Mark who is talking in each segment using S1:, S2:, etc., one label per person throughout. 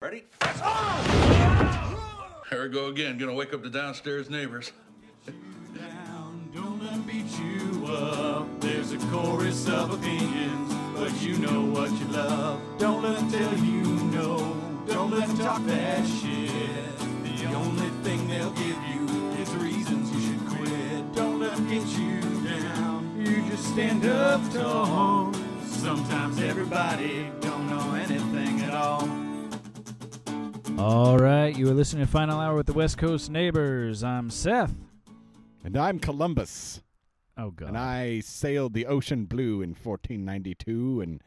S1: Ready? Here we go again. Gonna wake up the downstairs neighbors.
S2: down, gonna beat you up. There's a chorus of opinions, but you know what you love. Don't let 'em tell you no, don't let 'em talk that shit. The only thing they'll give you is reasons you should quit. Don't let 'em get you down, you just stand up tall. Sometimes everybody don't know anything at all.
S3: All right, you are listening to Final Hour with the West Coast Neighbors. I'm Seth.
S4: And I'm Columbus.
S3: Oh God,
S4: And I sailed the ocean blue in 1492 and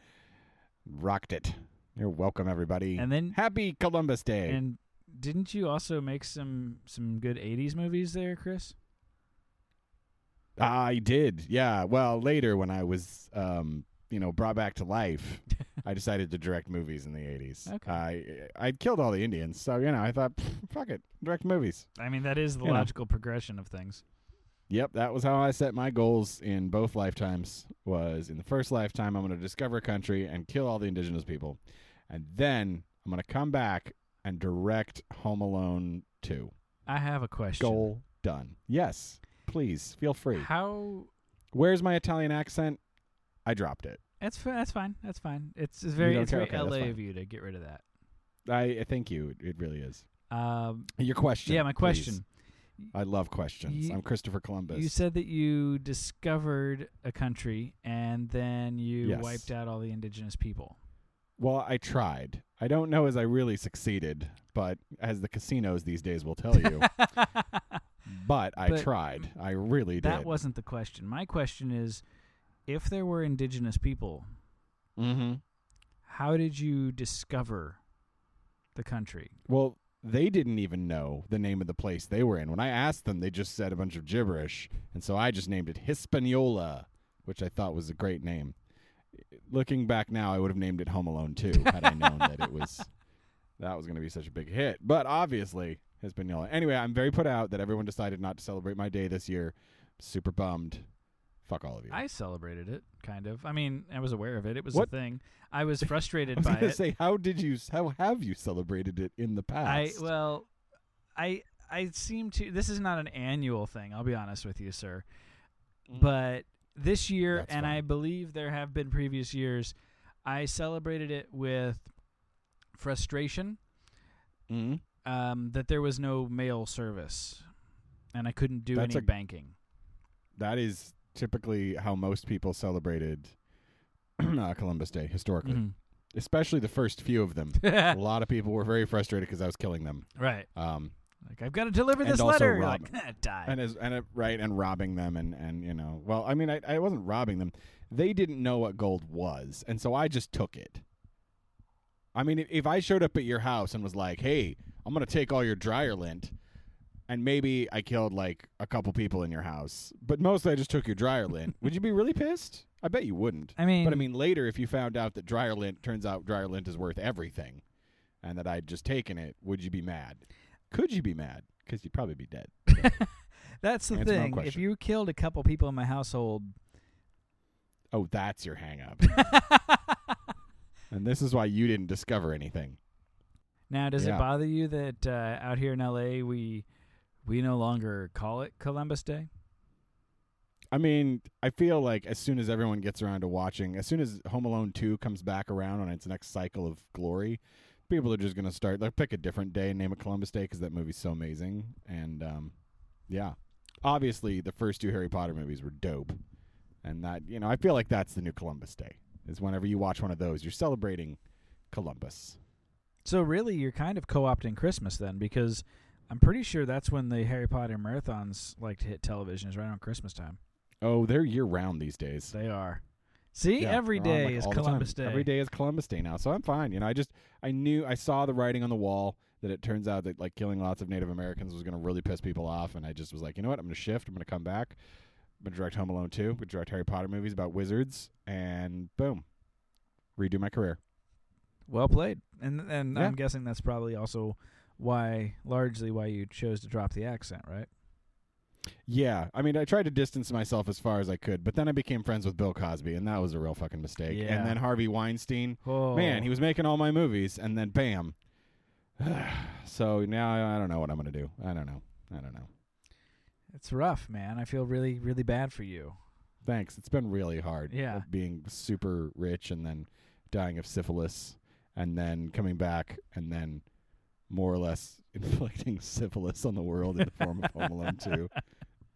S4: rocked it. You're welcome, everybody.
S3: And then-
S4: happy Columbus Day.
S3: and didn't you also make some some good '80s movies there, Chris?
S4: I did, yeah. Well, later when I was, um, you know, brought back to life, I decided to direct movies in the 80s.
S3: Okay.
S4: I I'd killed all the Indians, so you know, I thought, "Pff, fuck it, direct movies.
S3: I mean, that is the
S4: You know.
S3: logical progression of things.
S4: Yep, that was how I set my goals in both lifetimes. Was in the first lifetime, I'm going to discover a country and kill all the indigenous people, and then I'm going to come back and direct Home Alone two.
S3: I have a question.
S4: Goal done. Yes, please feel free.
S3: How?
S4: Where's my Italian accent? I dropped it.
S3: That's fi- that's fine. That's fine. It's, it's very
S4: don't
S3: it's
S4: care?
S3: very
S4: Okay, that's
S3: LA of
S4: fine.
S3: you to get rid of that.
S4: I I thank you. It- It really is.
S3: Um,
S4: Your question.
S3: yeah, my
S4: please.
S3: question.
S4: I love questions.
S3: You-
S4: I'm Christopher Columbus.
S3: You said that you discovered a country and then you
S4: Yes.
S3: wiped out all the indigenous people.
S4: well, I tried. I don't know as I really succeeded, but as the casinos these days will tell you. But I
S3: But
S4: tried. I really did.
S3: That wasn't the question. My question is if there were indigenous people,
S4: Mm-hmm.
S3: how did you discover the country?
S4: Well, they didn't even know the name of the place they were in. When I asked them, they just said a bunch of gibberish, and so I just named it Hispaniola, which I thought was a great name. Looking back now, I would have named it Home Alone too, had I known that it was that was going to be such a big hit. But obviously, Hispaniola. Anyway, I'm very put out that everyone decided not to celebrate my day this year. Super bummed. Fuck all of you.
S3: I celebrated it, kind of. I mean, I was aware of it. It was
S4: What?
S3: a thing. I was
S4: I
S3: frustrated
S4: was
S3: by
S4: going to
S3: it.
S4: say, how did you? How have you celebrated it in the past?
S3: I well, I I seem to. This is not an annual thing. I'll be honest with you, sir. But this year,
S4: Mm. That's
S3: and I
S4: fine.
S3: believe there have been previous years, I celebrated it with frustration
S4: Mhm.
S3: um, that there was no mail service, and I couldn't do
S4: That's
S3: any
S4: a-
S3: banking.
S4: that is typically how most people celebrated uh, Columbus Day historically,
S3: Mhm.
S4: especially the first few of them. a lot of people were very frustrated because I was killing them,
S3: Mm-hmm. right.
S4: um,
S3: Like I've got to deliver
S4: And
S3: this
S4: also
S3: letter. You're
S4: rob-
S3: like "Ah, die.
S4: and as and uh, right and robbing them and and you know, well, I mean, I, I wasn't robbing them. They didn't know what gold was, and so I just took it. I mean, if- if I showed up at your house and was like, "Hey, I'm gonna take all your dryer lint," and maybe I killed like a couple people in your house, but mostly I just took your dryer lint, would you be really pissed? I bet you wouldn't.
S3: I mean,
S4: But I mean, later, if you found out that dryer lint turns out dryer lint is worth everything, and that I'd just taken it, would you be mad? Could you be mad? Because you'd probably be dead.
S3: that's the
S4: Answer my
S3: thing. If
S4: question.
S3: you killed a couple people in my household,
S4: Oh, that's your hang up. and this is why you didn't discover anything.
S3: Now, does it
S4: Yeah.
S3: bother you that uh, out here in LA we we no longer call it Columbus Day?
S4: I mean, I feel like as soon as everyone gets around to watching, as soon as Home Alone 2 comes back around on its next cycle of glory, people are just going to start, like, pick a different day and name it Columbus Day because that movie's so amazing. And, um, yeah. Obviously, the first two Harry Potter movies were dope. And that, you know, I feel like that's the new Columbus Day, is whenever you watch one of those, you're celebrating Columbus.
S3: So really, you're kind of co-opting Christmas then, because I'm pretty sure that's when the Harry Potter marathons like to hit television is right on Christmas time.
S4: Oh, they're year round these days.
S3: They are. See,
S4: Yeah,
S3: every
S4: they're on,
S3: day
S4: like,
S3: is
S4: all the time.
S3: Columbus Day.
S4: Every day is Columbus Day now, so I'm fine. You know, I just I knew I saw the writing on the wall that it turns out that like killing lots of Native Americans was going to really piss people off, and I just was like, you know what, I'm going to shift. I'm going to come back. I'm going to direct Home Alone two. I'm going to direct Harry Potter movies about wizards, and boom, redo my career.
S3: Well played, and and
S4: Yeah.
S3: I'm guessing that's probably also why largely why you chose to drop the accent, right?
S4: Yeah, I mean, I tried to distance myself as far as I could, but then I became friends with Bill Cosby, and that was a real fucking mistake.
S3: Yeah.
S4: And then Harvey Weinstein.
S3: Oh
S4: Man, he was making all my movies, and then bam, so now I don't know what I'm gonna do. I don't know. I don't know.
S3: It's rough, man. I feel really, really bad for you.
S4: Thanks. It's been really hard.
S3: Yeah.
S4: of Being super rich and then dying of syphilis and then coming back and then more or less inflicting syphilis on the world in the form of Home Alone 2.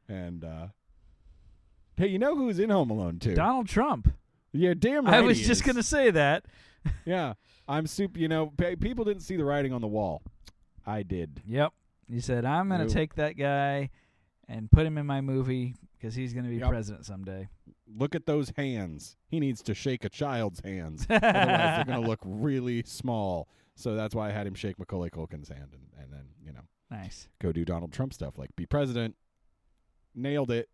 S4: And uh Hey, you know who's in Home Alone 2?
S3: Donald Trump.
S4: yeah, damn right.
S3: I was
S4: he
S3: just
S4: is.
S3: gonna say that.
S4: Yeah. I'm super, you know, pe- people didn't see the writing on the wall. I did.
S3: Yep. He said, "I'm gonna
S4: Nope.
S3: take that guy and put him in my movie because he's gonna be
S4: Yep.
S3: president someday."
S4: Look at those hands. He needs to shake a child's hands. Otherwise, they're going to look really small. So that's why I had him shake Macaulay Culkin's hand and, and then, you know,
S3: Nice.
S4: go do Donald Trump stuff like be president. Nailed it.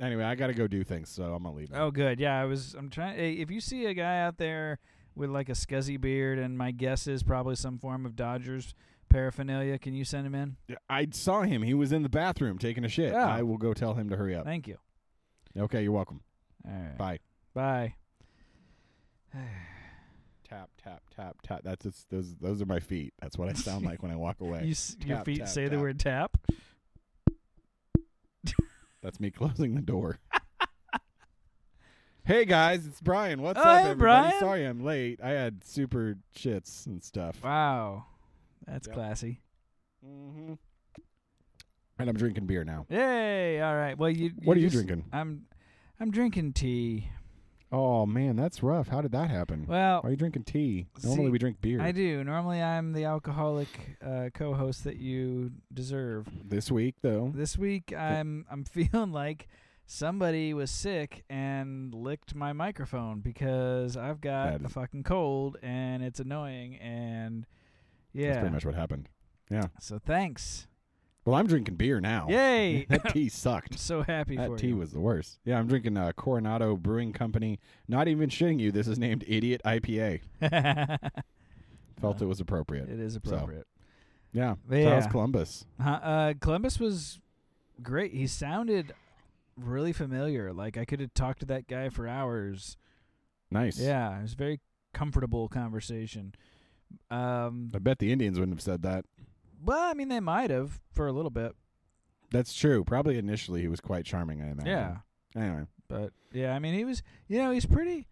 S4: Anyway, I got to go do things, so I'm going to leave. now.
S3: Oh, good. Yeah, I was. I'm trying. eh, If you see a guy out there with like a scuzzy beard, and my guess is probably some form of Dodgers paraphernalia, can you send him in?
S4: I saw him. He was in the bathroom taking a shit.
S3: Oh. Yeah.
S4: I will go tell him to hurry up.
S3: Thank you.
S4: Okay, you're welcome.
S3: All right.
S4: Bye.
S3: Bye.
S4: Tap, tap, tap, tap. That's just, those, those are my feet. That's what I sound like when I walk away.
S3: You, s- your
S4: Tap,
S3: feet
S4: tap,
S3: say the
S4: tap.
S3: word tap.
S4: That's me closing the door. hey guys, it's Brian. What's
S3: Oh,
S4: up,
S3: hey,
S4: everybody?
S3: Brian.
S4: Sorry I'm late. I had super shits and stuff.
S3: Wow, that's
S4: Yep.
S3: classy.
S4: Mm-hmm. And I'm drinking beer now.
S3: Yay! All right. Well, you.
S4: What are you
S3: just-
S4: drinking?
S3: I'm, I'm drinking tea.
S4: Oh man, that's rough. How did that happen?
S3: Well,
S4: Why are you drinking tea?
S3: See,
S4: Normally we drink beer.
S3: I do. Normally, I'm the alcoholic uh, co-host that you deserve.
S4: This week though,
S3: This week, I'm I'm feeling like somebody was sick and licked my microphone because I've got
S4: That
S3: a
S4: is-
S3: fucking cold and it's annoying and
S4: that's
S3: yeah.
S4: pretty much what happened.
S3: So thanks.
S4: Well, I'm drinking beer now.
S3: Yay!
S4: that
S3: I'm
S4: tea sucked.
S3: so happy
S4: That
S3: for
S4: tea
S3: you.
S4: was the worst. Yeah, I'm drinking uh, Coronado Brewing Company. Not even shitting you. This is named Idiot IPA.
S3: it
S4: Felt
S3: Uh,
S4: it was appropriate.
S3: is appropriate.
S4: Yeah.
S3: But
S4: So how's
S3: yeah.
S4: Columbus?
S3: Huh, uh, Columbus was great. He sounded really familiar. Like I could have talked to that guy for hours.
S4: Nice.
S3: Yeah, it was a very comfortable conversation. Um,
S4: I bet the Indians wouldn't have said that.
S3: well, I mean, they might have for a little bit.
S4: That's true. Probably initially he was quite charming, I imagine.
S3: Yeah,
S4: Anyway.
S3: but yeah, I mean, he was. You know, he's pretty.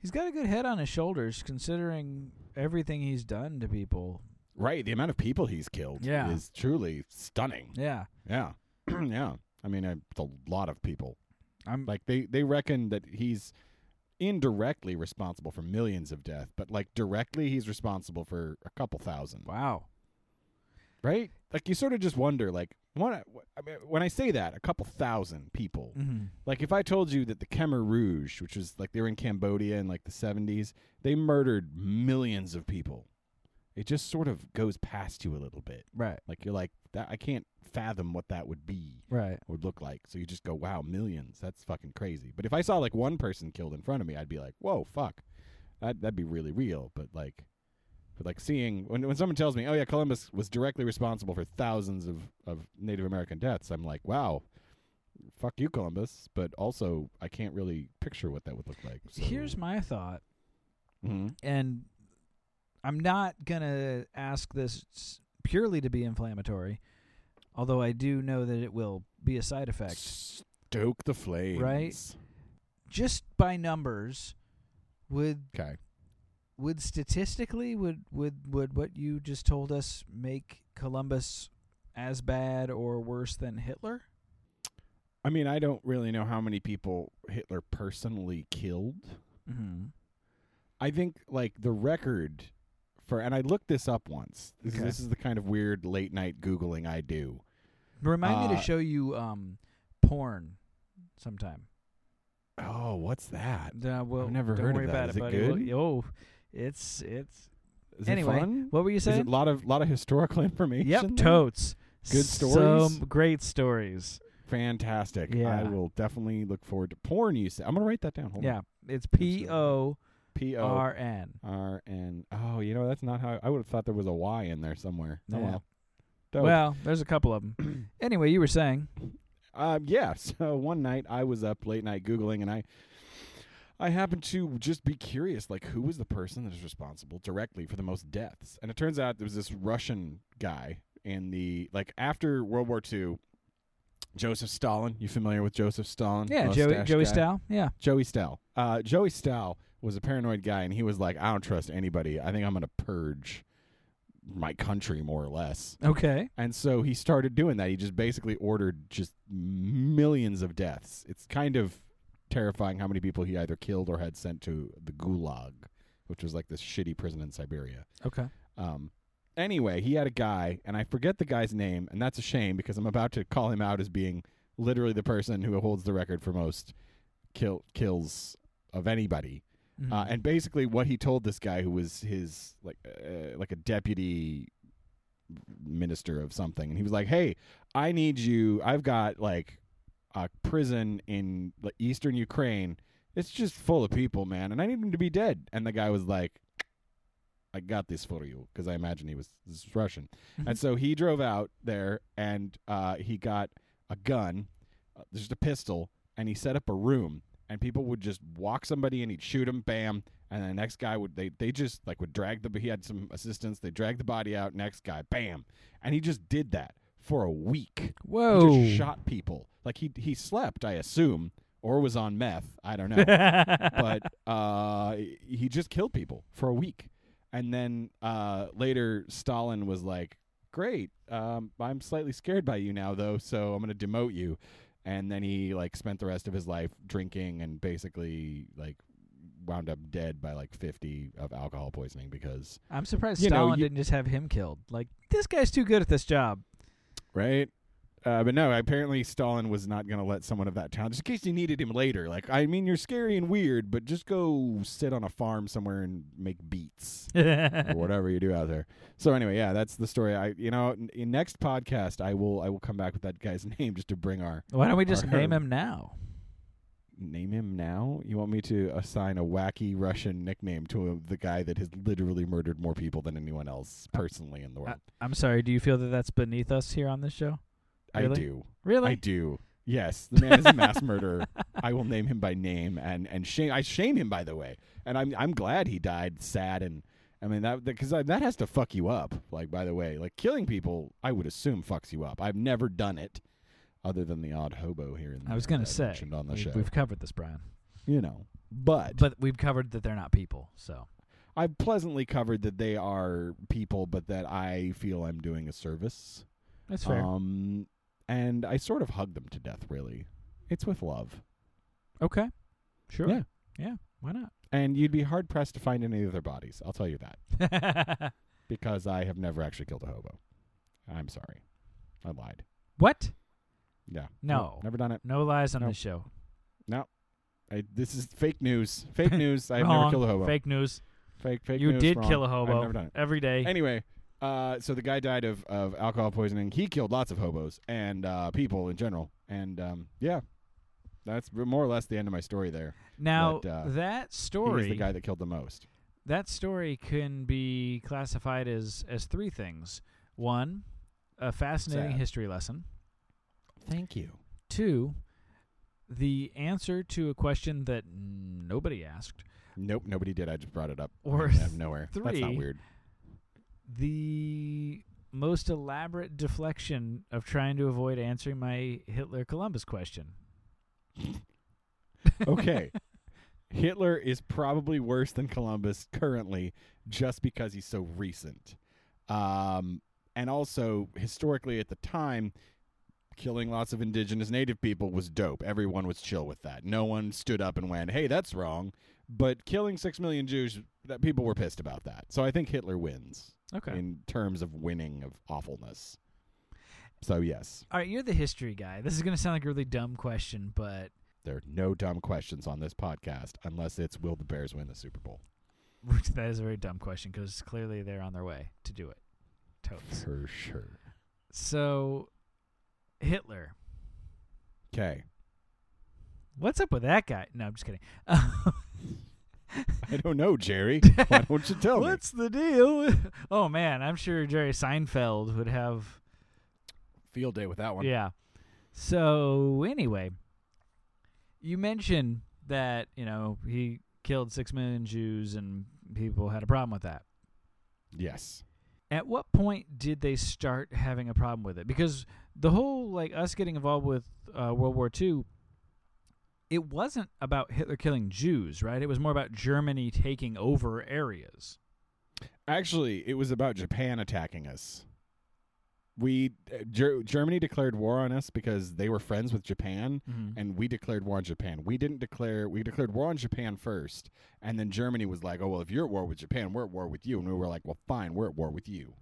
S3: He's got a good head on his shoulders, considering everything he's done to people.
S4: Right. The amount of people he's killed
S3: Yeah.
S4: is truly stunning.
S3: Yeah,
S4: Yeah. yeah. I mean, I, it's a lot of people.
S3: I'm.
S4: Like they they reckon that he's indirectly responsible for millions of death, but like directly he's responsible for a couple thousand.
S3: wow.
S4: Right? Like you sort of just wonder like what I mean, when I say that, a couple thousand people.
S3: Mm-hmm.
S4: Like if I told you that the Khmer Rouge, which was like they were in Cambodia in like the 70s, they murdered millions of people. It just sort of goes past you a little bit.
S3: Right.
S4: Like you're like that I can't fathom what that would be
S3: Right.
S4: would look like. So you just go, "Wow, millions. That's fucking crazy." But if I saw like one person killed in front of me, I'd be like, "Whoa, fuck." That that'd be really real, but like but like seeing when when someone tells me, "Oh yeah, Columbus was directly responsible for thousands of of Native American deaths." I'm like, "Wow." Fuck you, Columbus, but also I can't really picture what that would look like. So.
S3: Here's my thought.
S4: Mhm.
S3: and I'm not gonna ask this s- purely to be inflammatory, although I do know that it will be a side effect.
S4: stoke the flames,
S3: Just by numbers, would
S4: Okay,
S3: would statistically would would would what you just told us make Columbus as bad or worse than Hitler?
S4: I mean, I don't really know how many people Hitler personally killed.
S3: Mm-hmm.
S4: I think like the record for and I looked this up once. This,
S3: Okay.
S4: this is the kind of weird late night googling I do.
S3: Remind me
S4: Uh,
S3: to show you um porn sometime.
S4: Oh, what's that?
S3: Uh, well,
S4: I've never
S3: don't
S4: heard of
S3: worry
S4: that.
S3: about
S4: Is
S3: it,
S4: it
S3: buddy.
S4: good?
S3: We'll- oh, it's it's
S4: Is
S3: Anyway,
S4: it fun?
S3: What were you
S4: Is
S3: saying?
S4: it a lot of lot of historical information?
S3: Yep,
S4: there?
S3: totes.
S4: Good
S3: Some
S4: stories?
S3: great stories.
S4: Fantastic.
S3: Yeah.
S4: I will definitely look forward to porn you said. I'm gonna write that down. Hold
S3: Yeah, it's
S4: Oh, story.
S3: P O
S4: P O
S3: R N.
S4: R N Oh, you know, that's not how I would have thought there was a Y in there somewhere. Oh
S3: Yeah.
S4: well. Dope.
S3: Well, there's a couple of them. anyway, you were saying.
S4: Uh, Um, yeah. So one night I was up late night googling, and I I happen to just be curious, like who was the person that is responsible directly for the most deaths? And it turns out there was this Russian guy in the like after World War II. Joseph Stalin, you familiar with Joseph Stalin?
S3: Yeah, Joey
S4: Mm-hmm. Mustache
S3: Joey
S4: guy?
S3: Stal. Yeah.
S4: Joey Stal. Uh, Joey Stal was a paranoid guy, and he was like, "I don't trust anybody. I think I'm going to purge my country, more or less."
S3: Okay.
S4: And so he started doing that. He just basically ordered just millions of deaths. It's kind of terrifying how many people he either killed or had sent to the Gulag, which was like this shitty prison in Siberia.
S3: Okay.
S4: Um, anyway, he had a guy, and I forget the guy's name, and that's a shame because I'm about to call him out as being literally the person who holds the record for most kill kills of anybody.
S3: Mhm.
S4: Uh, and basically, what he told this guy, who was his like uh, like a deputy minister of something, and he was like, "Hey, I need you. I've got like a prison in like, eastern Ukraine. It's just full of people, man, and I need them to be dead." And the guy was like, "I got this for you," because I imagine he was this is Russian, and so he drove out there and uh, he got a gun, uh, just a pistol, and he set up a room and people would just walk somebody and he'd shoot him, bam, and then the next guy would they they just like would drag the he had some assistants, they dragged the body out, next guy, bam, and he just did that for a week.
S3: Whoa.
S4: He just shot people. Like he he slept, I assume, or was on meth. I don't know but uh, he just killed people for a week. And then uh, later, Stalin was like, "Great, um, I'm slightly scared by you now, though, so I'm going to demote you." And then he like spent the rest of his life drinking and basically like wound up dead by like 50 of alcohol poisoning because
S3: I'm surprised
S4: you know,
S3: Stalin
S4: you-
S3: didn't just have him killed. Like this guy's too good at this job.
S4: right. Uh, but no, apparently Stalin was not going to let someone of that town, just in case you needed him later. Like, I mean, you're scary and weird, but just go sit on a farm somewhere and make beats. or whatever you do out there. So anyway, yeah, that's the story. I you know, n- in next podcast I will I will come back with that guy's name just to bring our
S3: Why don't we just
S4: Or-
S3: name him now?
S4: name him now. You want me to assign a wacky Russian nickname to a, the guy that has literally murdered more people than anyone else
S3: Uh,
S4: personally in the world.
S3: I'm sorry. Do you feel that that's beneath us here on this show?
S4: I
S3: uh, really?
S4: do.
S3: Really?
S4: I do. Yes, the man is a mass murderer. I will name him by name and and shame I shame him by the way. And I'm I'm glad he died sad and I mean that because that has to fuck you up. Like by the way, like killing people, I would assume fucks you up. I've never done it, other than the odd hobo here. And
S3: I was
S4: there
S3: gonna
S4: that I
S3: say
S4: mentioned on the
S3: we-
S4: show,
S3: we've covered this, Brian,
S4: you know. But,
S3: but we've covered that they're not people. So
S4: I've pleasantly covered that they are people, but that I feel I'm doing a service.
S3: that's fair.
S4: Um, and I sort of hug them to death. Really, it's with love.
S3: okay. Sure.
S4: Yeah.
S3: Yeah. Why not?
S4: And you'd be hard pressed to find any of their bodies. I'll tell you that because I have never actually killed a hobo. I'm sorry, I lied.
S3: what?
S4: Yeah.
S3: No.
S4: Never done it.
S3: No lies on
S4: No.
S3: this show.
S4: I, this is fake news. Fake news. I've never
S3: Wrong.
S4: killed a hobo.
S3: Fake news.
S4: fake, fake
S3: you
S4: news,
S3: did
S4: wrong.
S3: kill a hobo
S4: I've never done it.
S3: every day.
S4: Anyway, uh, so the guy died of, of alcohol poisoning. He killed lots of hobos and uh, people in general. And um, yeah, that's r- more or less the end of my story there.
S3: now
S4: but, uh,
S3: that
S4: He was
S3: story,
S4: the guy that killed the most.
S3: that story can be classified as as three things. One, a fascinating
S4: Sad.
S3: history lesson.
S4: Thank you.
S3: Two, the answer to a question that nobody asked.
S4: Nope, nobody did. I just brought it up
S3: Or
S4: out of nowhere. That's not
S3: three.
S4: weird.
S3: the most elaborate deflection of trying to avoid answering my Hitler Columbus question.
S4: Okay. Hitler is probably worse than Columbus currently just because he's so recent. Um, and also, historically, at the time, killing lots of indigenous native people was dope. Everyone was chill with that. No one stood up and went, hey, that's wrong. But killing six million Jews, that people were pissed about that. So I think Hitler wins
S3: Okay.
S4: in terms of winning of awfulness. So, yes,
S3: All right, you're the history guy. This is going to sound like a really dumb question, but
S4: there are no dumb questions on this podcast unless it's will the Bears win the Super Bowl?
S3: that is a very dumb question because clearly they're on their way to do it. Totes.
S4: For sure.
S3: So, Hitler.
S4: Okay.
S3: What's up with that guy? No, I'm just kidding.
S4: I don't know, Jerry. Why don't you tell me?
S3: What's the deal? oh, man. I'm sure Jerry Seinfeld would have
S4: Field day with that one.
S3: Yeah. So anyway, you mentioned that you know he killed six million Jews and people had a problem with that.
S4: Yes.
S3: At what point did they start having a problem with it? Because the whole like us getting involved with uh, World War II, it wasn't about Hitler killing Jews, right? It was more about Germany taking over areas.
S4: Actually, it was about Japan attacking us. We uh, Ger- Germany declared war on us because they were friends with Japan,
S3: Mhm.
S4: and we declared war on Japan. We didn't declare we declared war on Japan first, and then Germany was like, "Oh well, if you're at war with Japan, we're at war with you," and we were like, "Well, fine, we're at war with you."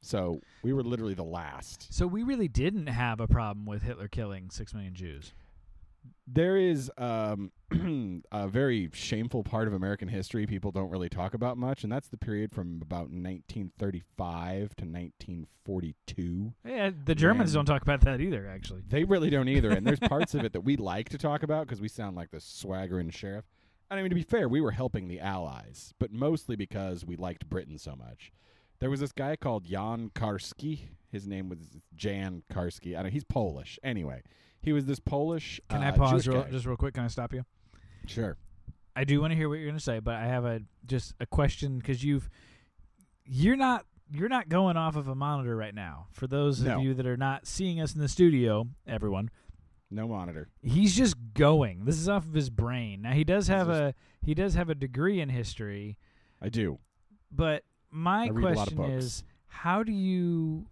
S4: So we were literally the last.
S3: So we really didn't have a problem with Hitler killing six million Jews.
S4: There is um, a very shameful part of American history people don't really talk about much, and that's the period from about 1935 to 1942.
S3: Yeah, the Germans
S4: When-
S3: don't talk about that either, actually.
S4: They really don't either. And there's parts of it that we like to talk about because we sound like the swaggering sheriff. And I mean, to be fair, we were helping the Allies, but mostly because we liked Britain so much. There was this guy called Jan Karski. His name was Jan Karski. I don't. He's Polish. Anyway, he was this Polish.
S3: Can
S4: uh,
S3: I pause
S4: Jewish
S3: real,
S4: guy.
S3: just real quick? Can I stop you?
S4: Sure.
S3: I do want to hear what you're going to say, but I have a just a question because you've you're not you're not going off of a monitor right now. For those
S4: No.
S3: of you that are not seeing us in the studio, everyone,
S4: No monitor.
S3: he's just going. This is off of his brain. Now he does have
S4: just-
S3: a he does have a degree in history,
S4: I do.
S3: but my
S4: I read a lot
S3: question
S4: of books.
S3: is how do you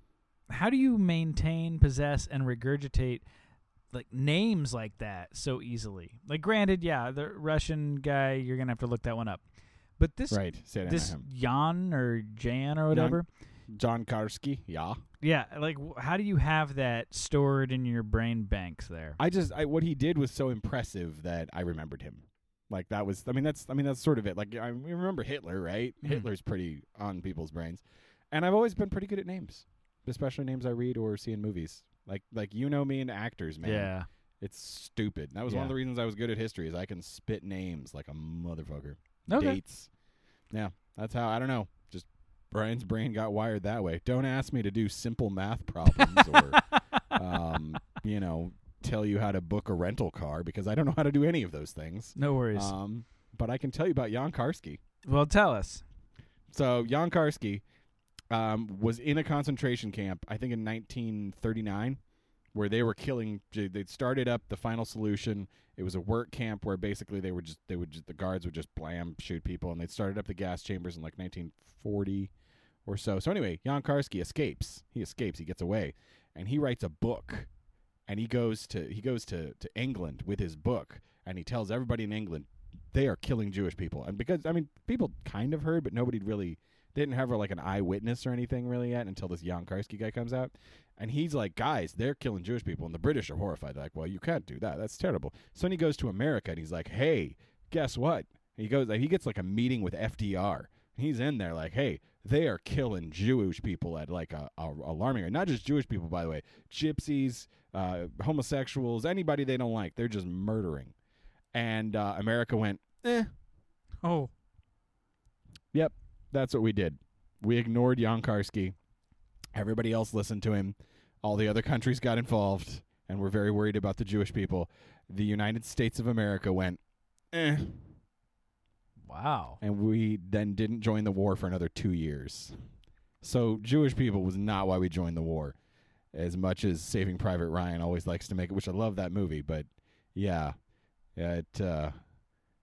S3: how do you maintain, possess, and regurgitate like names like that so easily? Like, granted, yeah, the Russian guy, you're gonna have to look that one up. But this
S4: Right. Say it
S3: this
S4: him.
S3: Jan or Jan or whatever,
S4: John Karski. Yeah.
S3: yeah, like w- how do you have that stored in your brain banks there?
S4: I just I, what he did was so impressive that I remembered him. Like that was I mean that's I mean that's sort of it. Like I we remember Hitler, right?
S3: Mhm.
S4: Hitler's pretty on people's brains. And I've always been pretty good at names, especially names I read or see in movies. Like like you know me and actors, man.
S3: Yeah,
S4: It's stupid. That was one
S3: Yeah.
S4: of the reasons I was good at history is I can spit names like a motherfucker.
S3: Okay.
S4: Dates. Yeah, that's how I don't know. Just Brian's brain got wired that way. Don't ask me to do simple math problems or um, you know, tell you how to book a rental car because I don't know how to do any of those things.
S3: no worries.
S4: Um, but I can tell you about Jan Karski.
S3: well, tell us.
S4: So Jan Karski um, was in a concentration camp, I think in 1939, where they were killing. They started up the Final Solution. It was a work camp where basically they were just they would just, the guards would just blam shoot people, and they started up the gas chambers in like 1940 or so. So anyway, Jan Karski escapes. He escapes. He gets away, and he writes a book, and he goes to he goes to to England with his book, and he tells everybody in England they are killing Jewish people. And because I mean, people kind of heard, but nobody really they didn't have like an eyewitness or anything really yet until this Jan Karski guy comes out, and he's like, guys, they're killing Jewish people, and the British are horrified. They're like, well, you can't do that. That's terrible. So then he goes to America and he's like, hey, guess what? He goes, like, he gets like a meeting with FDR. He's in there like, hey, they are killing Jewish people at like a, a alarming rate. Not just Jewish people, by the way, gypsies, uh, homosexuals, anybody they don't like. They're just murdering. And uh, America went, eh,
S3: Oh,
S4: Yep, that's what we did. We ignored Yankarski. Everybody else listened to him. All the other countries got involved and were very worried about the Jewish people. The United States of America went, eh,
S3: wow.
S4: and we then didn't join the war for another two years. So Jewish people was not why we joined the war, as much as Saving Private Ryan always likes to make it, which I love that movie. But yeah, yeah, it uh,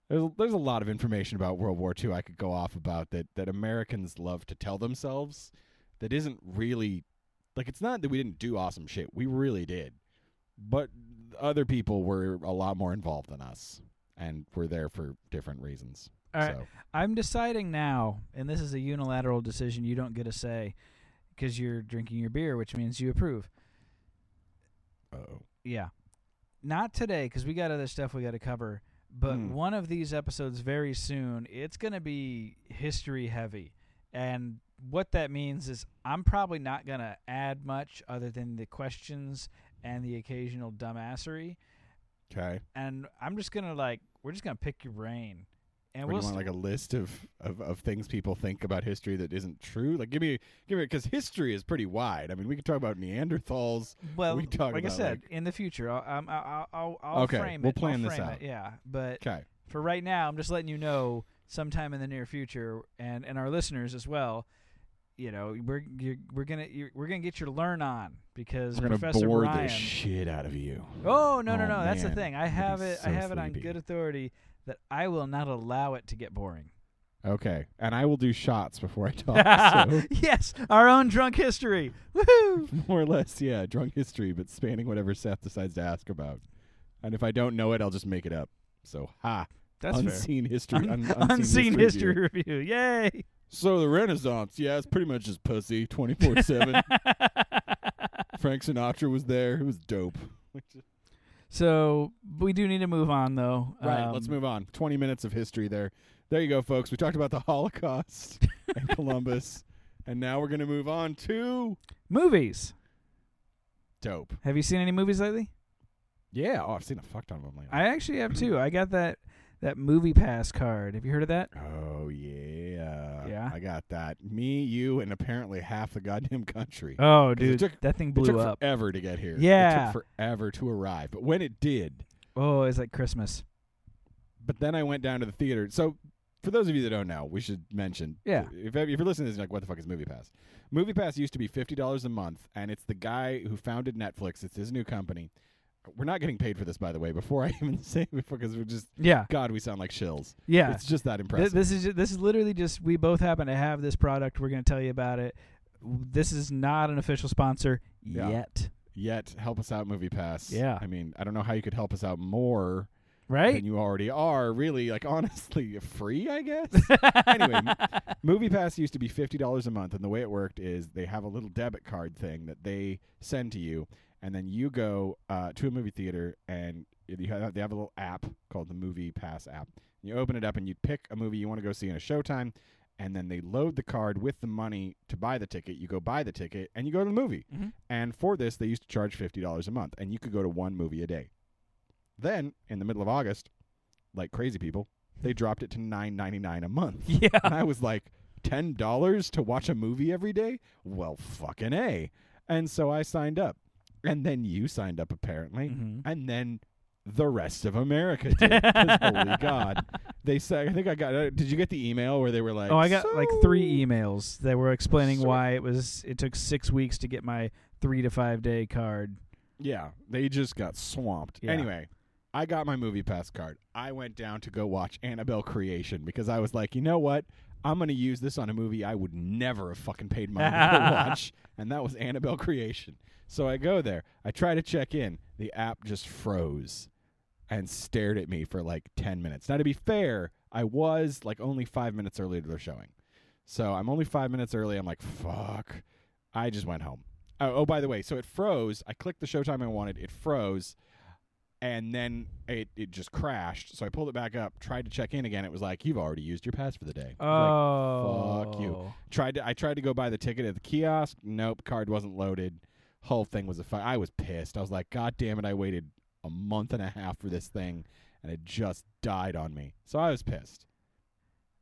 S4: there's there's a lot of information about World War II I could go off about that that Americans love to tell themselves that isn't really like it's not that we didn't do awesome shit, we really did, but other people were a lot more involved than us and were there for different reasons.
S3: All right,
S4: so.
S3: I'm deciding now, and this is a unilateral decision. You don't get a say because you're drinking your beer, which means you approve.
S4: oh
S3: Yeah, not today because we got other stuff we got to cover. But
S4: Hmm.
S3: one of these episodes very soon, it's gonna be history heavy, and what that means is I'm probably not gonna add much other than the questions and the occasional dumbassery.
S4: Okay.
S3: and I'm just gonna like we're just gonna pick your brain And
S4: Or do
S3: we'll
S4: you want
S3: st-
S4: like a list of, of, of things people think about history that isn't true? Like, give me, give me, because history is pretty wide. I mean, we could talk about Neanderthals.
S3: well,
S4: we talk
S3: like I
S4: about,
S3: said,
S4: like-
S3: in the future, I'll um, I'll, I'll, I'll
S4: Okay,
S3: frame
S4: we'll
S3: it. I'll
S4: plan this
S3: frame It,
S4: out.
S3: yeah, but
S4: Okay,
S3: for right now, I'm just letting you know sometime in the near future, and and our listeners as well. You know, we're you're, we're gonna you're, we're gonna get your learn on because
S4: we're gonna
S3: Professor
S4: bore
S3: Ryan.
S4: the shit out of you.
S3: oh no no
S4: Oh,
S3: no, that's the
S4: man,
S3: thing. I
S4: I'm gonna
S3: have
S4: be
S3: it.
S4: so
S3: I have it on
S4: sleepy.
S3: good authority that I will not allow it to get boring.
S4: Okay, and I will do shots before I talk. Oh, so
S3: yes, our own drunk history. Woohoo!
S4: more or less, yeah, drunk history, but spanning whatever Seth decides to ask about. And if I don't know it, I'll just make it up. So ha,
S3: That's fair.
S4: unseen history, un-
S3: unseen, history,
S4: view.
S3: review. Yay!
S4: So the Renaissance, yeah, it's pretty much just pussy, twenty four seven. Frank Sinatra was there. It was dope.
S3: so we do need to move on, though.
S4: Right,
S3: Um,
S4: let's move on. 20 minutes of history there. There you go, folks. We talked about the Holocaust and Columbus, and now we're going to move on to
S3: Movies.
S4: dope.
S3: Have you seen any movies lately?
S4: Yeah, oh, I've seen a fuck ton of them lately.
S3: I actually have too. I got that that movie pass card. Have you heard of that?
S4: oh, yeah.
S3: Yeah?
S4: I got that. Me, you, and apparently half the goddamn country.
S3: Oh,
S4: 'Cause it
S3: dude,
S4: took-
S3: that thing
S4: it
S3: blew
S4: took
S3: up.
S4: forever to get here.
S3: Yeah.
S4: It took forever to arrive. But when it did,
S3: Oh, it's like Christmas.
S4: but then I went down to the theater. So for those of you that don't know, we should mention.
S3: Yeah.
S4: If, if you're listening to this, you're like, what the fuck is MoviePass? MoviePass used to be fifty dollars a month, and it's the guy who founded Netflix. It's his new company. We're not getting paid for this, by the way. Before I even say before, because we're just
S3: Yeah,
S4: God, we sound like shills.
S3: yeah.
S4: It's just that
S3: Th-
S4: impressive.
S3: this is ju- this is literally just we both happen to have this product. We're going to tell you about it. W- This is not an official sponsor
S4: Yeah.
S3: yet,
S4: Yet help us out, MoviePass.
S3: Yeah.
S4: I mean, I don't know how you could help us out more
S3: right?
S4: than you already are. Really, like honestly, free, I guess. anyway, Movie Pass used to be fifty dollars a month, and the way it worked is they have a little debit card thing that they send to you, and then you go uh, to a movie theater, and you have, they have a little app called the Movie Pass app. You open it up, and you pick a movie you want to go see in a showtime, and then they load the card with the money to buy the ticket. You go buy the ticket, and you go to the movie.
S3: Mhm.
S4: And for this, they used to charge fifty dollars a month, and you could go to one movie a day. Then, in the middle of August, like crazy people, they dropped it to nine ninety nine a month
S3: yeah.
S4: and I was like, ten dollars to watch a movie every day? Well, fucking a. And so I signed up, and then you signed up apparently,
S3: Mhm.
S4: and then the rest of America did. 'Cause holy God, they said. I think I got. Uh, did you get the email where they were like?
S3: Oh, I got like three
S4: "So-
S3: emails that were explaining
S4: So-
S3: why it was it took six weeks to get my three to five day card.
S4: Yeah, they just got swamped.
S3: Yeah.
S4: Anyway, I got my movie pass card. I went down to go watch Annabelle Creation because I was like, you know what? I'm going to use this on a movie I would never have fucking paid money to watch, and that was Annabelle Creation. So I go there. I try to check in. The app just froze and stared at me for like 10 minutes. Now, to be fair, I was like only five minutes early to their showing. So I'm only five minutes early. I'm like, fuck. I just went home. Oh, oh, by the way, so it froze. I clicked the showtime I wanted. It froze, and then it, it just crashed. So I pulled it back up, tried to check in again. It was like you've already used your pass for the day. I was
S3: Oh,
S4: like, fuck you. like, tried to I tried to go buy the ticket at the kiosk. Nope, card wasn't loaded. Whole thing was a fi- I was pissed. I was like, God damn it! I waited a month and a half for this thing, and it just died on me. So I was pissed.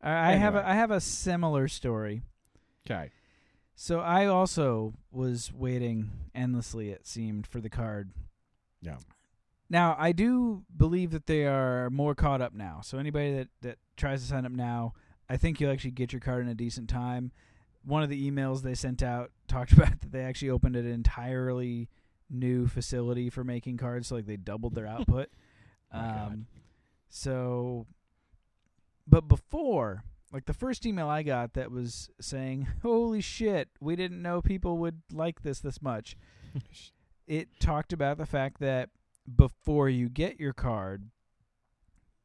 S3: I, I have a,
S4: Anyway.
S3: I have a similar story.
S4: Okay.
S3: So I also was waiting endlessly. It seemed for the card.
S4: Yeah.
S3: Now I do believe that they are more caught up now. So anybody that that tries to sign up now, I think you'll actually get your card in a decent time. One of the emails they sent out talked about that they actually opened an entirely new facility for making cards. So like they doubled their output.
S4: Oh my God.
S3: um, so, but before like the first email I got that was saying, "Holy shit, we didn't know people would like this this much." It talked about the fact that before you get your card,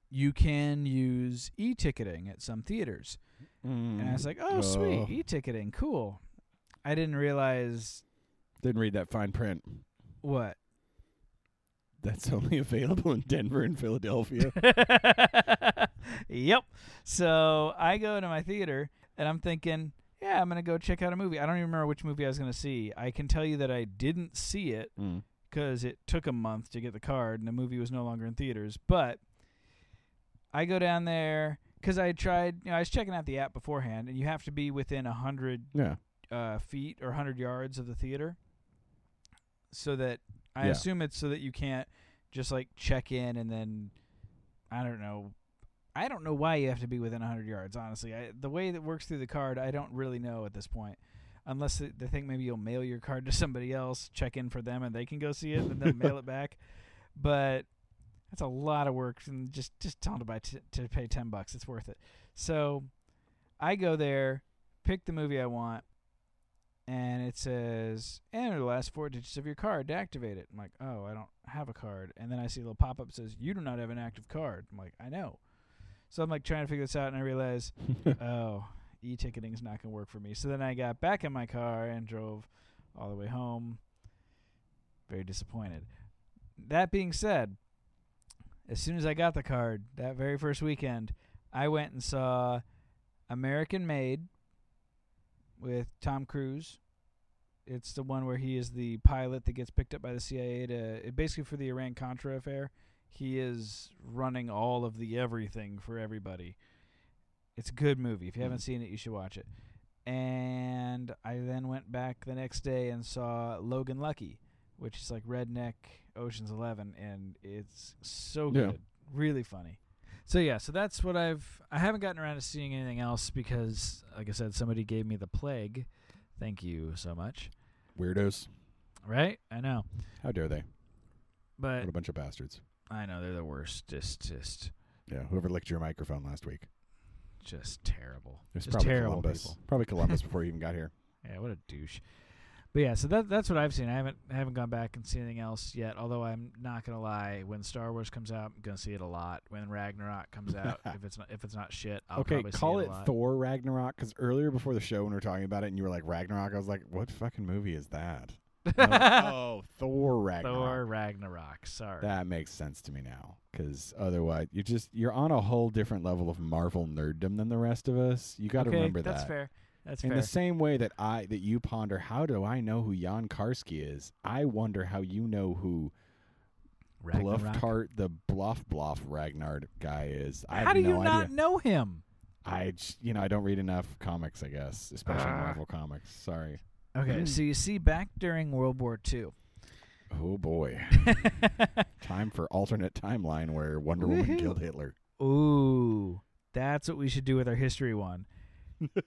S3: you can use e-ticketing at some theaters. And I was like, "Oh,
S4: Oh.
S3: sweet, e-ticketing, cool." I didn't realize
S4: Didn't read that fine print.
S3: what.
S4: That's only available in Denver and Philadelphia.
S3: yep. So I go to my theater and I'm thinking, yeah, I'm going to go check out a movie. I don't even remember which movie I was going to see. I can tell you that I didn't see it
S4: mm.
S3: because it took a month to get the card and the movie was no longer in theaters. But I go down there because I tried. You know, I was checking out the app beforehand, and you have to be within a hundred
S4: Yeah.
S3: uh, feet or 100 yards of the theater so that i
S4: Yeah.
S3: assume it's so that you can't just like check in and then i don't know i don't know why you have to be within 100 yards honestly I, the way that works through the card i don't really know at this point unless they, they think maybe you'll mail your card to somebody else check in for them and they can go see it and then mail it back but that's a lot of work and just just tell them to buy t- to pay 10 bucks it's worth it so i go there pick the movie i want and it says enter the last four digits of your card to activate it. I'm like, oh, I don't have a card. And then I see a little pop up says you do not have an active card. I'm like, I know. So I'm like trying to figure this out, and I realize, oh, e ticketing is not gonna work for me. So then I got back in my car and drove all the way home. Very disappointed. That being said, as soon as I got the card that very first weekend, I went and saw American Made with Tom Cruise. It's the one where he is the pilot that gets picked up by the CIA to it- basically for the Iran Contra affair. He is running all of the everything for everybody. It's a good movie. If you haven't seen it, you should watch it. And I then went back the next day and saw Logan Lucky, which is like redneck Ocean's Eleven, and it's so
S4: Yeah.
S3: good, really funny. So yeah, so that's what I've I haven't gotten around to seeing anything else because, like I said, somebody gave me the plague. Thank you so much.
S4: Weirdos.
S3: Right? I know,
S4: How dare they?
S3: but
S4: What a bunch of bastards.
S3: I know they're the worst. Just, just,
S4: Yeah. Whoever licked your microphone last week.
S3: just terrible.
S4: It was
S3: just
S4: probably
S3: terrible
S4: Columbus.
S3: people.
S4: Probably Columbus before he even got here.
S3: Yeah, what a douche. But yeah, so that that's what I've seen. I haven't I haven't gone back and seen anything else yet. Although I'm not gonna lie, when Star Wars comes out, I'm gonna see it a lot. When Ragnarok comes out, if it's not if it's not shit, I'll
S4: okay,
S3: probably
S4: call
S3: see
S4: it,
S3: it, a lot.
S4: Thor Ragnarok because earlier before the show when we were talking about it and you were like Ragnarok, I was like, what fucking movie is that? And I was like, oh, Thor Ragnarok.
S3: Thor Ragnarok. Sorry.
S4: That makes sense to me now because otherwise you're just you're on a whole different level of Marvel nerddom than the rest of us. You got to
S3: okay,
S4: remember
S3: that's
S4: that.
S3: fair. That's
S4: In
S3: fair.
S4: the same way that I that you ponder, how do I know who Jan Karski is? I wonder how you know who Bluff
S3: Ragnarok.
S4: Tart, the Bluff Bluff Ragnar guy is. I
S3: How
S4: have
S3: do
S4: no
S3: you
S4: idea.
S3: not know him?
S4: I j- you know I don't read enough comics, I guess, especially
S3: Ah.
S4: Marvel comics. Sorry. Hmm.
S3: Okay, so you see, back during World War II,
S4: Oh boy, time for alternate timeline where Wonder Woman
S3: Woohoo.
S4: killed Hitler.
S3: ooh, that's what we should do with our history one.
S4: You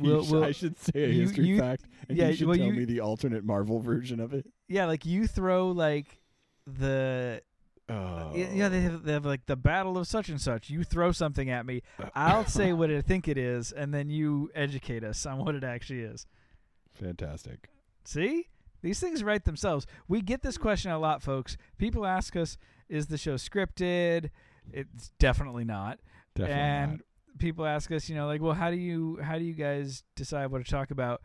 S3: Well-
S4: sh-
S3: well,
S4: I should say a
S3: you-
S4: history
S3: you-
S4: fact, and
S3: yeah,
S4: you should
S3: well,
S4: tell
S3: you-
S4: me the alternate Marvel version of it.
S3: Yeah, like you throw like the
S4: Oh,
S3: y- Uh, yeah they have, they have like the battle of such and such. You throw something at me,
S4: Uh,
S3: I'll say what I think it is, and then you educate us on what it actually is.
S4: fantastic.
S3: See? These things write themselves. We get this question a lot, folks. People ask us, is the show scripted? It's definitely not.
S4: Definitely
S3: and
S4: not.
S3: people ask us, you know, like, well, how do you how do you guys decide what to talk about?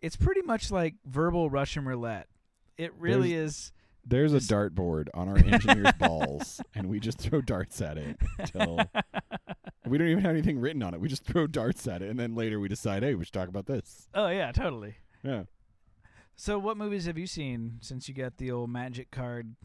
S3: It's pretty much like verbal Russian roulette. It really is
S4: There's a
S3: Just-
S4: dartboard on our engineer's balls, and we just throw darts at it. Till we don't even have anything written on it. We just throw darts at it, and then later we decide, hey, we should talk about this.
S3: Oh yeah, totally.
S4: Yeah.
S3: So what movies have you seen since you got the old magic card?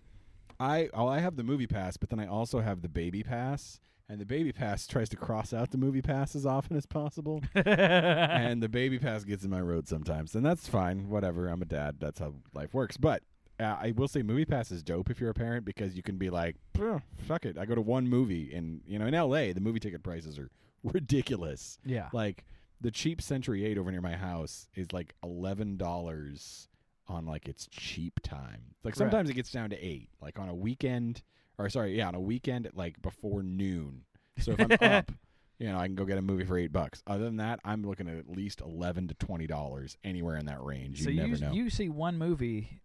S4: I oh, I have the movie pass, but then I also have the baby pass, and the baby pass tries to cross out the movie pass as often as possible, and the baby pass gets in my road sometimes, and that's fine. Whatever, I'm a dad. That's how life works. But uh, I will say, movie pass is dope if you're a parent because you can be like, "Phew, fuck it, I go to one movie, and you know, in L.A. the movie ticket prices are ridiculous.
S3: Yeah.
S4: Like the cheap Century Eight over near my house is like eleven dollars on like its cheap time. Like sometimes it gets down to eight. Like on a weekend, or sorry, yeah, on a weekend at like before noon. So if I'm up, you know, I can go get a movie for eight bucks. Other than that, I'm looking at at least eleven to twenty dollars anywhere in that range. You
S3: so
S4: never
S3: you
S4: know.
S3: you see one movie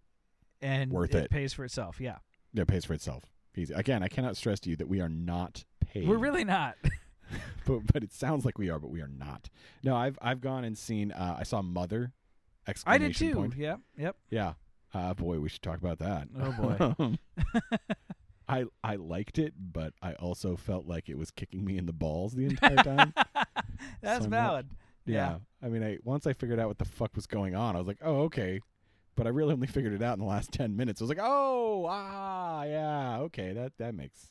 S3: and
S4: Worth it.
S3: pays for itself. Yeah.
S4: Yeah, it pays for itself. Easy. Again, I cannot stress to you that we are not paid.
S3: We're really not.
S4: but, but it sounds like we are, but we are not. No, I've I've gone and seen. Uh, I saw Mother.
S3: I did
S4: exclamation
S3: too.
S4: point.
S3: Yep. Yep.
S4: Yeah. Uh, boy, we should talk about that.
S3: Oh, boy.
S4: Um, I I liked it, but I also felt like it was kicking me in the balls the entire time.
S3: That's
S4: So much.
S3: valid. Yeah.
S4: I mean, I once I figured out what the fuck was going on, I was like, "Oh, okay." But I really only figured it out in the last 10 minutes. I was like, "Oh, ah, yeah, okay. That that makes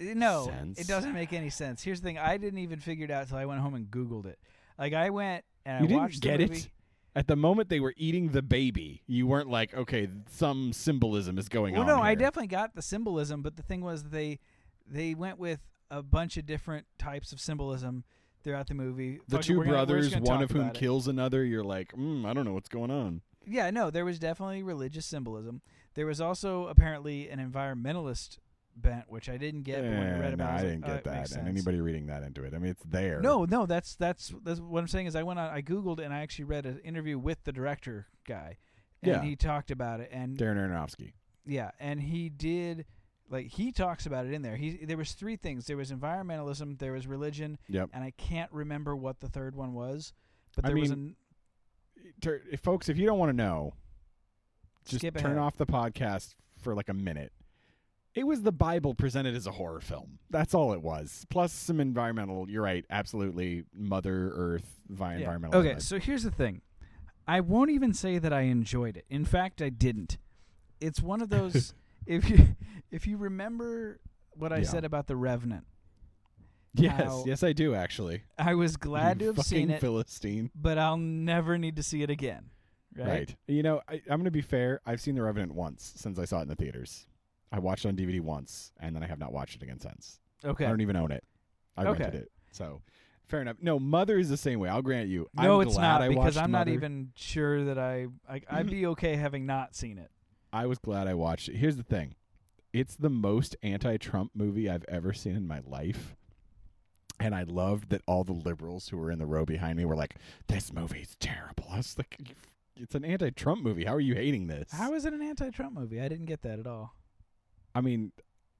S3: Uh, no,
S4: sense.
S3: it doesn't make any sense. Here's the thing: I didn't even figure it out until I went home and Googled it. Like I went and
S4: you
S3: I
S4: didn't
S3: watched
S4: get
S3: the movie.
S4: it. At the moment they were eating the baby, you weren't like, okay, some symbolism is going
S3: Well,
S4: on.
S3: no, I
S4: oh, here.
S3: definitely got the symbolism, but the thing was they they went with a bunch of different types of symbolism throughout the movie.
S4: the
S3: Fuck it,
S4: two
S3: we're gonna- we're
S4: brothers,
S3: just gonna
S4: one
S3: talk
S4: of whom
S3: about it.
S4: kills another. You're like, mm, I don't know what's going on.
S3: Yeah, no, there was definitely religious symbolism. There was also apparently an environmentalist bent, which I didn't get. but when I
S4: Eh,
S3: read
S4: no,
S3: about, it,
S4: I
S3: was like,
S4: didn't
S3: oh, it
S4: get
S3: makes
S4: that. And
S3: sense.
S4: anybody reading that into it, I mean, it's there.
S3: No, no, that's that's that's what I'm saying is I went on I googled and I actually read an interview with the director guy, and
S4: Yeah.
S3: he talked about it and
S4: Darren Aronofsky.
S3: yeah, and he did like he talks about it in there. He there was three things. There was environmentalism, there was religion,
S4: Yep.
S3: and I can't remember what the third one was, but
S4: I
S3: there was
S4: mean,
S3: an
S4: Tur- folks, if you don't want to know, just
S3: Skip
S4: turn
S3: ahead.
S4: off the podcast for like a minute. It was the Bible presented as a horror film. That's all it was. Plus some environmental. You're right, absolutely. Mother Earth, vi-
S3: Yeah.
S4: environmental.
S3: Okay, so here's the thing. I won't even say that I enjoyed it. In fact, I didn't. It's one of those if you if you remember what I
S4: Yeah.
S3: said about the Revenant,
S4: yes,
S3: how-
S4: yes, I do actually.
S3: I was glad
S4: You
S3: to have seen
S4: fucking
S3: it,
S4: Philistine.
S3: but I'll never need to see it again. Right?
S4: You know, I, I'm going to be fair. I've seen The Revenant once since I saw it in the theaters. I watched it on DVD once, and then I have not watched it again since. I
S3: Okay.
S4: don't even own it. I
S3: Okay.
S4: rented it. So fair enough. No, Mother is the same way. I'll grant you.
S3: no,
S4: I'm
S3: it's
S4: glad
S3: not
S4: I
S3: because
S4: watched
S3: I'm not
S4: Mother.
S3: even sure that I, I I'd be okay having not seen it.
S4: I was glad I watched it. Here's the thing. It's the most anti-Trump movie I've ever seen in my life. And I loved that all the liberals who were in the row behind me were like, "This movie's terrible." I was like, "It's an anti-Trump movie. How are you hating this?"
S3: How is it an anti-Trump movie? I didn't get that at all.
S4: I mean,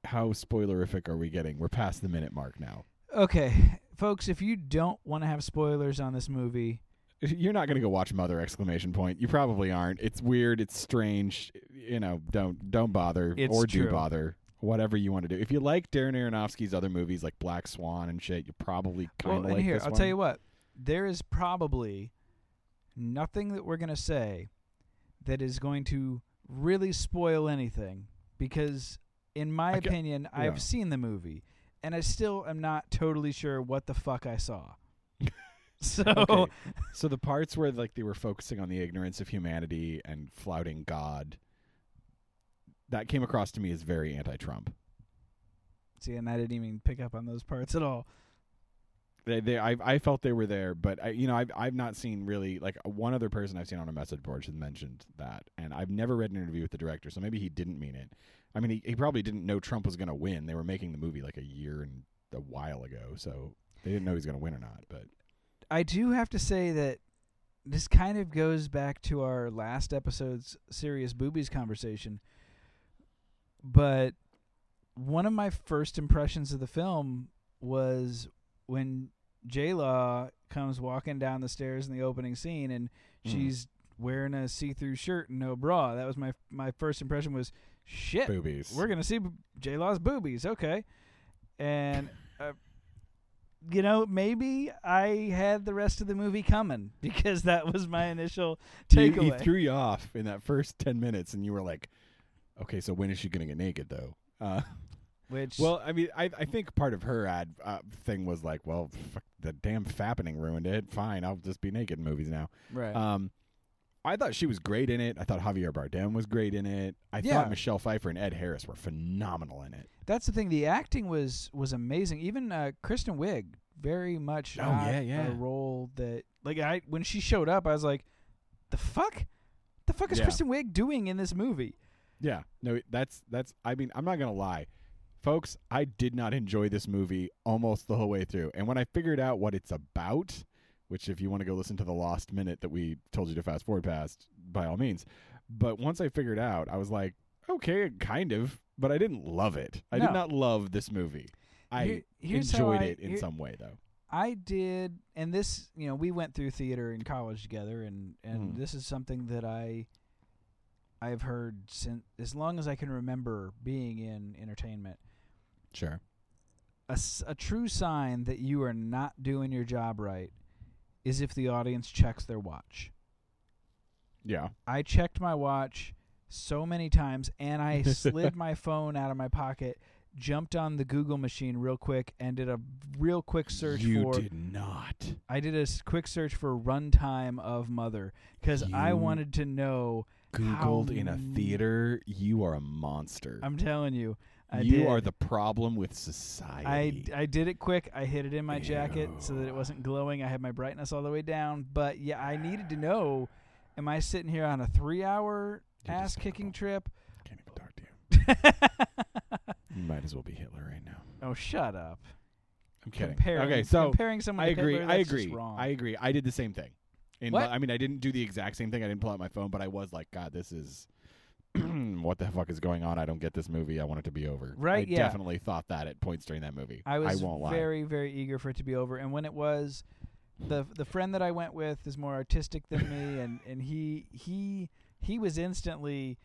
S4: how spoilerific are we getting? We're past the minute mark now.
S3: Okay, folks, if you don't want to have spoilers on this movie,
S4: You're not going to go watch Mother! Exclamation point. You probably aren't. It's weird. It's strange. You know, don't don't bother
S3: It's
S4: or do
S3: true.
S4: bother. Whatever you want to do. If you like Darren Aronofsky's other movies like Black Swan and shit, you probably kind
S3: well,
S4: of
S3: and
S4: like
S3: here
S4: this
S3: I'll
S4: one.
S3: tell you what, there is probably nothing that we're gonna say that is going to really spoil anything because, in my
S4: I gue-
S3: opinion,
S4: yeah.
S3: I've seen the movie and I still am not totally sure what the fuck I saw. so.
S4: Okay. so the parts where like they were focusing on the ignorance of humanity and flouting God, that came across to me as very anti-Trump.
S3: See, and I didn't even pick up on those parts at all.
S4: They, they, I, I felt they were there, but I, you know, I've, I've not seen really like uh, one other person I've seen on a message board has mentioned that, and I've never read an interview with the director, so maybe he didn't mean it. I mean, he, he probably didn't know Trump was going to win. They were making the movie like a year and a while ago, so they didn't know he was going to win or not. But
S3: I do have to say that this kind of goes back to our last episode's serious boobies conversation. But one of my first impressions of the film was when J Law comes walking down the stairs in the opening scene and
S4: Mhm.
S3: she's wearing a see through shirt and no bra. That was my my first impression was shit.
S4: boobies,
S3: We're gonna see J Law's boobies, okay? And uh, you know, maybe I had the rest of the movie coming because that was my initial
S4: He- He,
S3: takeaway.
S4: threw you off in that first ten minutes, and you were like, "Okay, so when is she going to get naked, though?" Uh,
S3: Which,
S4: Well, I mean, I I think part of her ad uh, thing was like, well, fuck, the damn fappening ruined it. Fine, I'll just be naked in movies now.
S3: right?
S4: Um, I thought she was great in it. I thought Javier Bardem was great in it. I
S3: Yeah.
S4: thought Michelle Pfeiffer and Ed Harris were phenomenal in it.
S3: That's the thing. The acting was was amazing. Even uh, Kristen Wiig very much
S4: Oh,
S3: got
S4: yeah, yeah.
S3: a role that like I when she showed up, I was like, the fuck, the fuck is
S4: Yeah.
S3: Kristen Wiig doing in this movie?
S4: Yeah, no, that's that's. I mean, I'm not gonna lie, folks. I did not enjoy this movie almost the whole way through. And when I figured out what it's about, which if you want to go listen to the lost minute that we told you to fast forward past, by all means. But once I figured out, I was like, okay, kind of, but I didn't love it. I
S3: No.
S4: did not love this movie. I
S3: Here- here's how
S4: enjoyed
S3: I-
S4: it in
S3: here-
S4: some way, though.
S3: I did, and this, you know, we went through theater in college together, and and
S4: Mm.
S3: this is something that I I've heard since as long as I can remember being in entertainment.
S4: Sure.
S3: A, s- a true sign that you are not doing your job right is if the audience checks their watch.
S4: Yeah.
S3: I checked my watch so many times, and I slid my phone out of my pocket jumped on the Google machine real quick and did a real quick search
S4: you
S3: for.
S4: did not.
S3: I did a s- quick search for runtime of Mother because I
S4: You-
S3: wanted to know.
S4: Googled
S3: How
S4: in a theater. You are a monster.
S3: I'm telling you, I
S4: you
S3: did.
S4: are the problem with
S3: I,
S4: society.
S3: I did it quick. I hid it in my jacket so that
S4: Ew.
S3: it wasn't glowing. I had my brightness all the way down. But yeah, I needed to know am I sitting here on a three hour
S4: You're
S3: ass kicking trip?
S4: can't even talk to you. You might as well be Hitler right now.
S3: oh, shut up.
S4: I'm kidding.
S3: Comparing,
S4: okay, so
S3: comparing someone
S4: I
S3: to
S4: agree.
S3: Hitler,
S4: I
S3: that's just
S4: agree.
S3: wrong.
S4: I agree. I did the same thing. And
S3: What?
S4: I mean, I didn't do the exact same thing. I didn't pull out my phone, but I was like, God, this is what the fuck is going on? I don't get this movie. I want it to be over.
S3: Right,
S4: I
S3: yeah.
S4: Definitely thought that at points during that movie.
S3: I was
S4: won't lie.
S3: very, very eager for it to be over. And when it was, the the friend that I went with is more artistic than me, and and he he he was instantly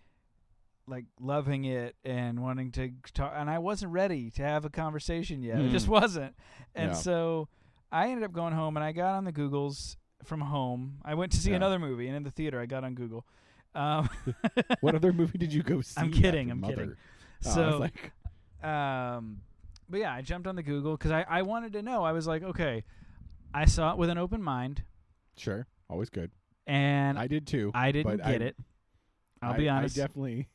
S3: like loving it and wanting to talk. And I wasn't ready to have a conversation yet. I just
S4: Hmm.
S3: wasn't. And
S4: Yeah.
S3: so I ended up going home, and I got on the Googles from home. I went to see
S4: Yeah.
S3: another movie, and in the theater, I got on Google. Um,
S4: what other movie did you go see?
S3: I'm kidding,
S4: after
S3: I'm kidding.
S4: Mother? Oh, I
S3: so
S4: was like,
S3: um, but yeah, I jumped on the Google because I, I wanted to know. I was like, okay, I saw it with an open mind,
S4: sure, always good.
S3: and I,
S4: I did too.
S3: didn't
S4: but
S3: get
S4: I-
S3: it. I'll
S4: I-
S3: be honest.
S4: I definitely.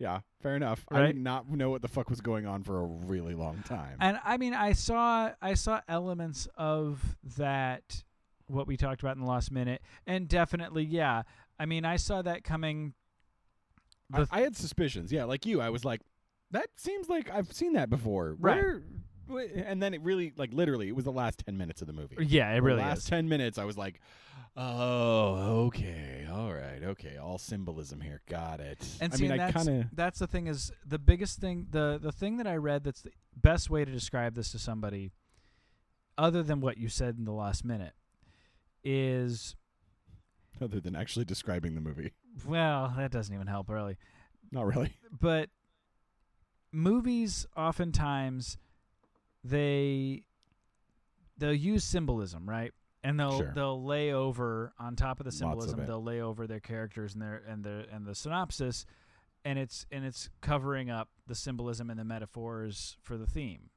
S4: Yeah, fair enough. I
S3: Right?
S4: did not know what the fuck was going on for a really long time.
S3: and I mean, I saw I saw elements of that what we talked about in the last minute, and definitely, yeah. I mean, I saw that coming.
S4: I,
S3: The-
S4: I had suspicions. Yeah, like you, I was like, that seems like I've seen that before.
S3: Right.
S4: Where- wh- and then it really, like, literally, it was the last ten minutes of the movie.
S3: Yeah, it
S4: the
S3: really is.
S4: last ten minutes, I was like, oh, okay, all right, okay, all symbolism here, got it.
S3: And
S4: I
S3: see,
S4: mean,
S3: and
S4: I
S3: that's,
S4: kind of
S3: that's the thing is the biggest thing the the thing that I read that's the best way to describe this to somebody, other than what you said in the last minute, is
S4: other than actually describing the movie,
S3: well that doesn't even help really,
S4: not really.
S3: but movies oftentimes they they'll use symbolism right and they'll
S4: Sure.
S3: they'll lay over on top of the
S4: Lots of
S3: symbolism
S4: it.
S3: they'll lay over their characters and their and their and the synopsis and it's and it's covering up the symbolism and the metaphors for the theme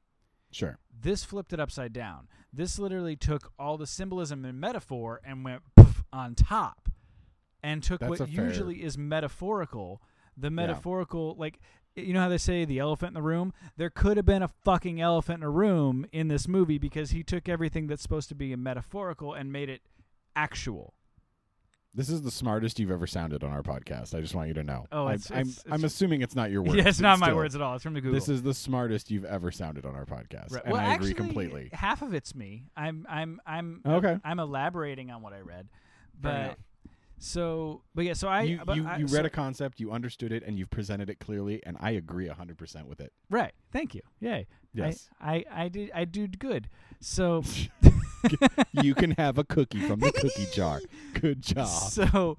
S4: Sure.
S3: this flipped it upside down this literally took all the symbolism and metaphor and went poof on top and took
S4: That's a
S3: what
S4: fair-
S3: usually is metaphorical the metaphorical like you know how they say the elephant in the room there could have been a fucking elephant in a room in this movie because he took everything that's supposed to be a metaphorical and made it actual
S4: This is the smartest you've ever sounded on our podcast. I just want you to know.
S3: Oh,
S4: I'm,
S3: it's-
S4: I'm,
S3: it's-
S4: I'm
S3: it's-
S4: assuming it's not your words.
S3: yeah it's not
S4: but
S3: my
S4: still,
S3: words at all it's from the google
S4: This is the smartest you've ever sounded on our podcast,
S3: Right.
S4: and
S3: well
S4: I
S3: actually
S4: agree completely.
S3: half of it's me i'm i'm i'm
S4: Okay.
S3: i'm elaborating on what i read but
S4: enough.
S3: so but yeah so i
S4: you,
S3: but
S4: you,
S3: I-
S4: you
S3: so-
S4: read a concept, you understood it, and you've presented it clearly, and I agree 100% with it.
S3: Right. Thank you. Yay.
S4: Yes.
S3: I, I, I did I did good. So
S4: you can have a cookie from the cookie jar. Good job.
S3: so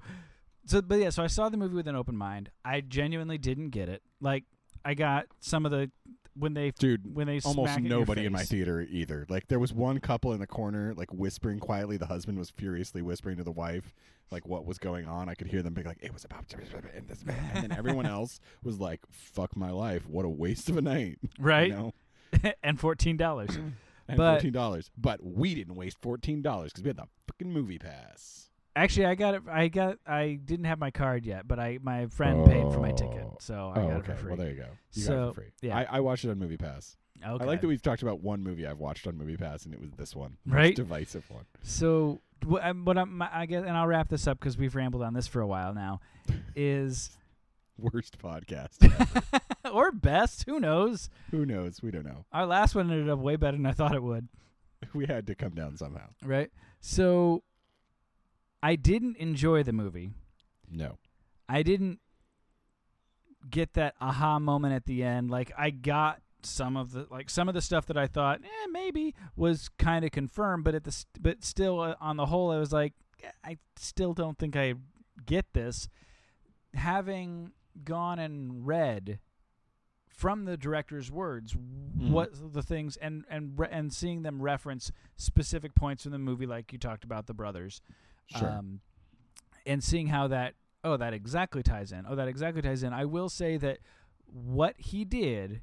S3: so but yeah, so I saw the movie with an open mind. I genuinely didn't get it. Like I got some of the when they
S4: Dude,
S3: when they
S4: almost
S3: smack it
S4: nobody
S3: in, your
S4: in my
S3: face.
S4: theater either. Like, there was one couple in the corner, like, whispering quietly. The husband was furiously whispering to the wife, like, what was going on. I could hear them being like, it was about to. And, this, and then everyone else was like, fuck my life. What a waste of a night.
S3: Right?
S4: You know?
S3: and fourteen dollars.
S4: And
S3: But-
S4: $14. But we didn't waste $14 because we had the fucking movie pass.
S3: Actually I got it I got I didn't have my card yet, but I my friend paid for my ticket.
S4: Oh.
S3: So I
S4: oh,
S3: got
S4: okay.
S3: it for free.
S4: Well, there you go. You got it
S3: So,
S4: for free.
S3: yeah.
S4: I, I watched it on Movie Pass.
S3: okay.
S4: I like that we've talked about one movie I've watched on Movie Pass, and it was this one, Most
S3: Right?
S4: divisive one.
S3: So what I'm, what I'm, I guess, and I'll wrap this up because we've rambled on this for a while now. Is
S4: Worst podcast.
S3: or best, who knows?
S4: Who knows? We don't know.
S3: Our last one ended up way better than I thought it would.
S4: We had to come down somehow.
S3: Right. So I didn't enjoy the movie.
S4: No.
S3: I didn't get that aha moment at the end. Like I got some of the like some of the stuff that I thought eh, maybe was kind of confirmed, but at the st- but still uh, on the whole, I was like, "Eh, I still don't think I get this. Having gone and read from the director's words what the things and and re- and seeing them reference specific points in the movie, like you talked about the brothers,
S4: Sure.
S3: um, and seeing how that oh that exactly ties in oh that exactly ties in i will say that what he did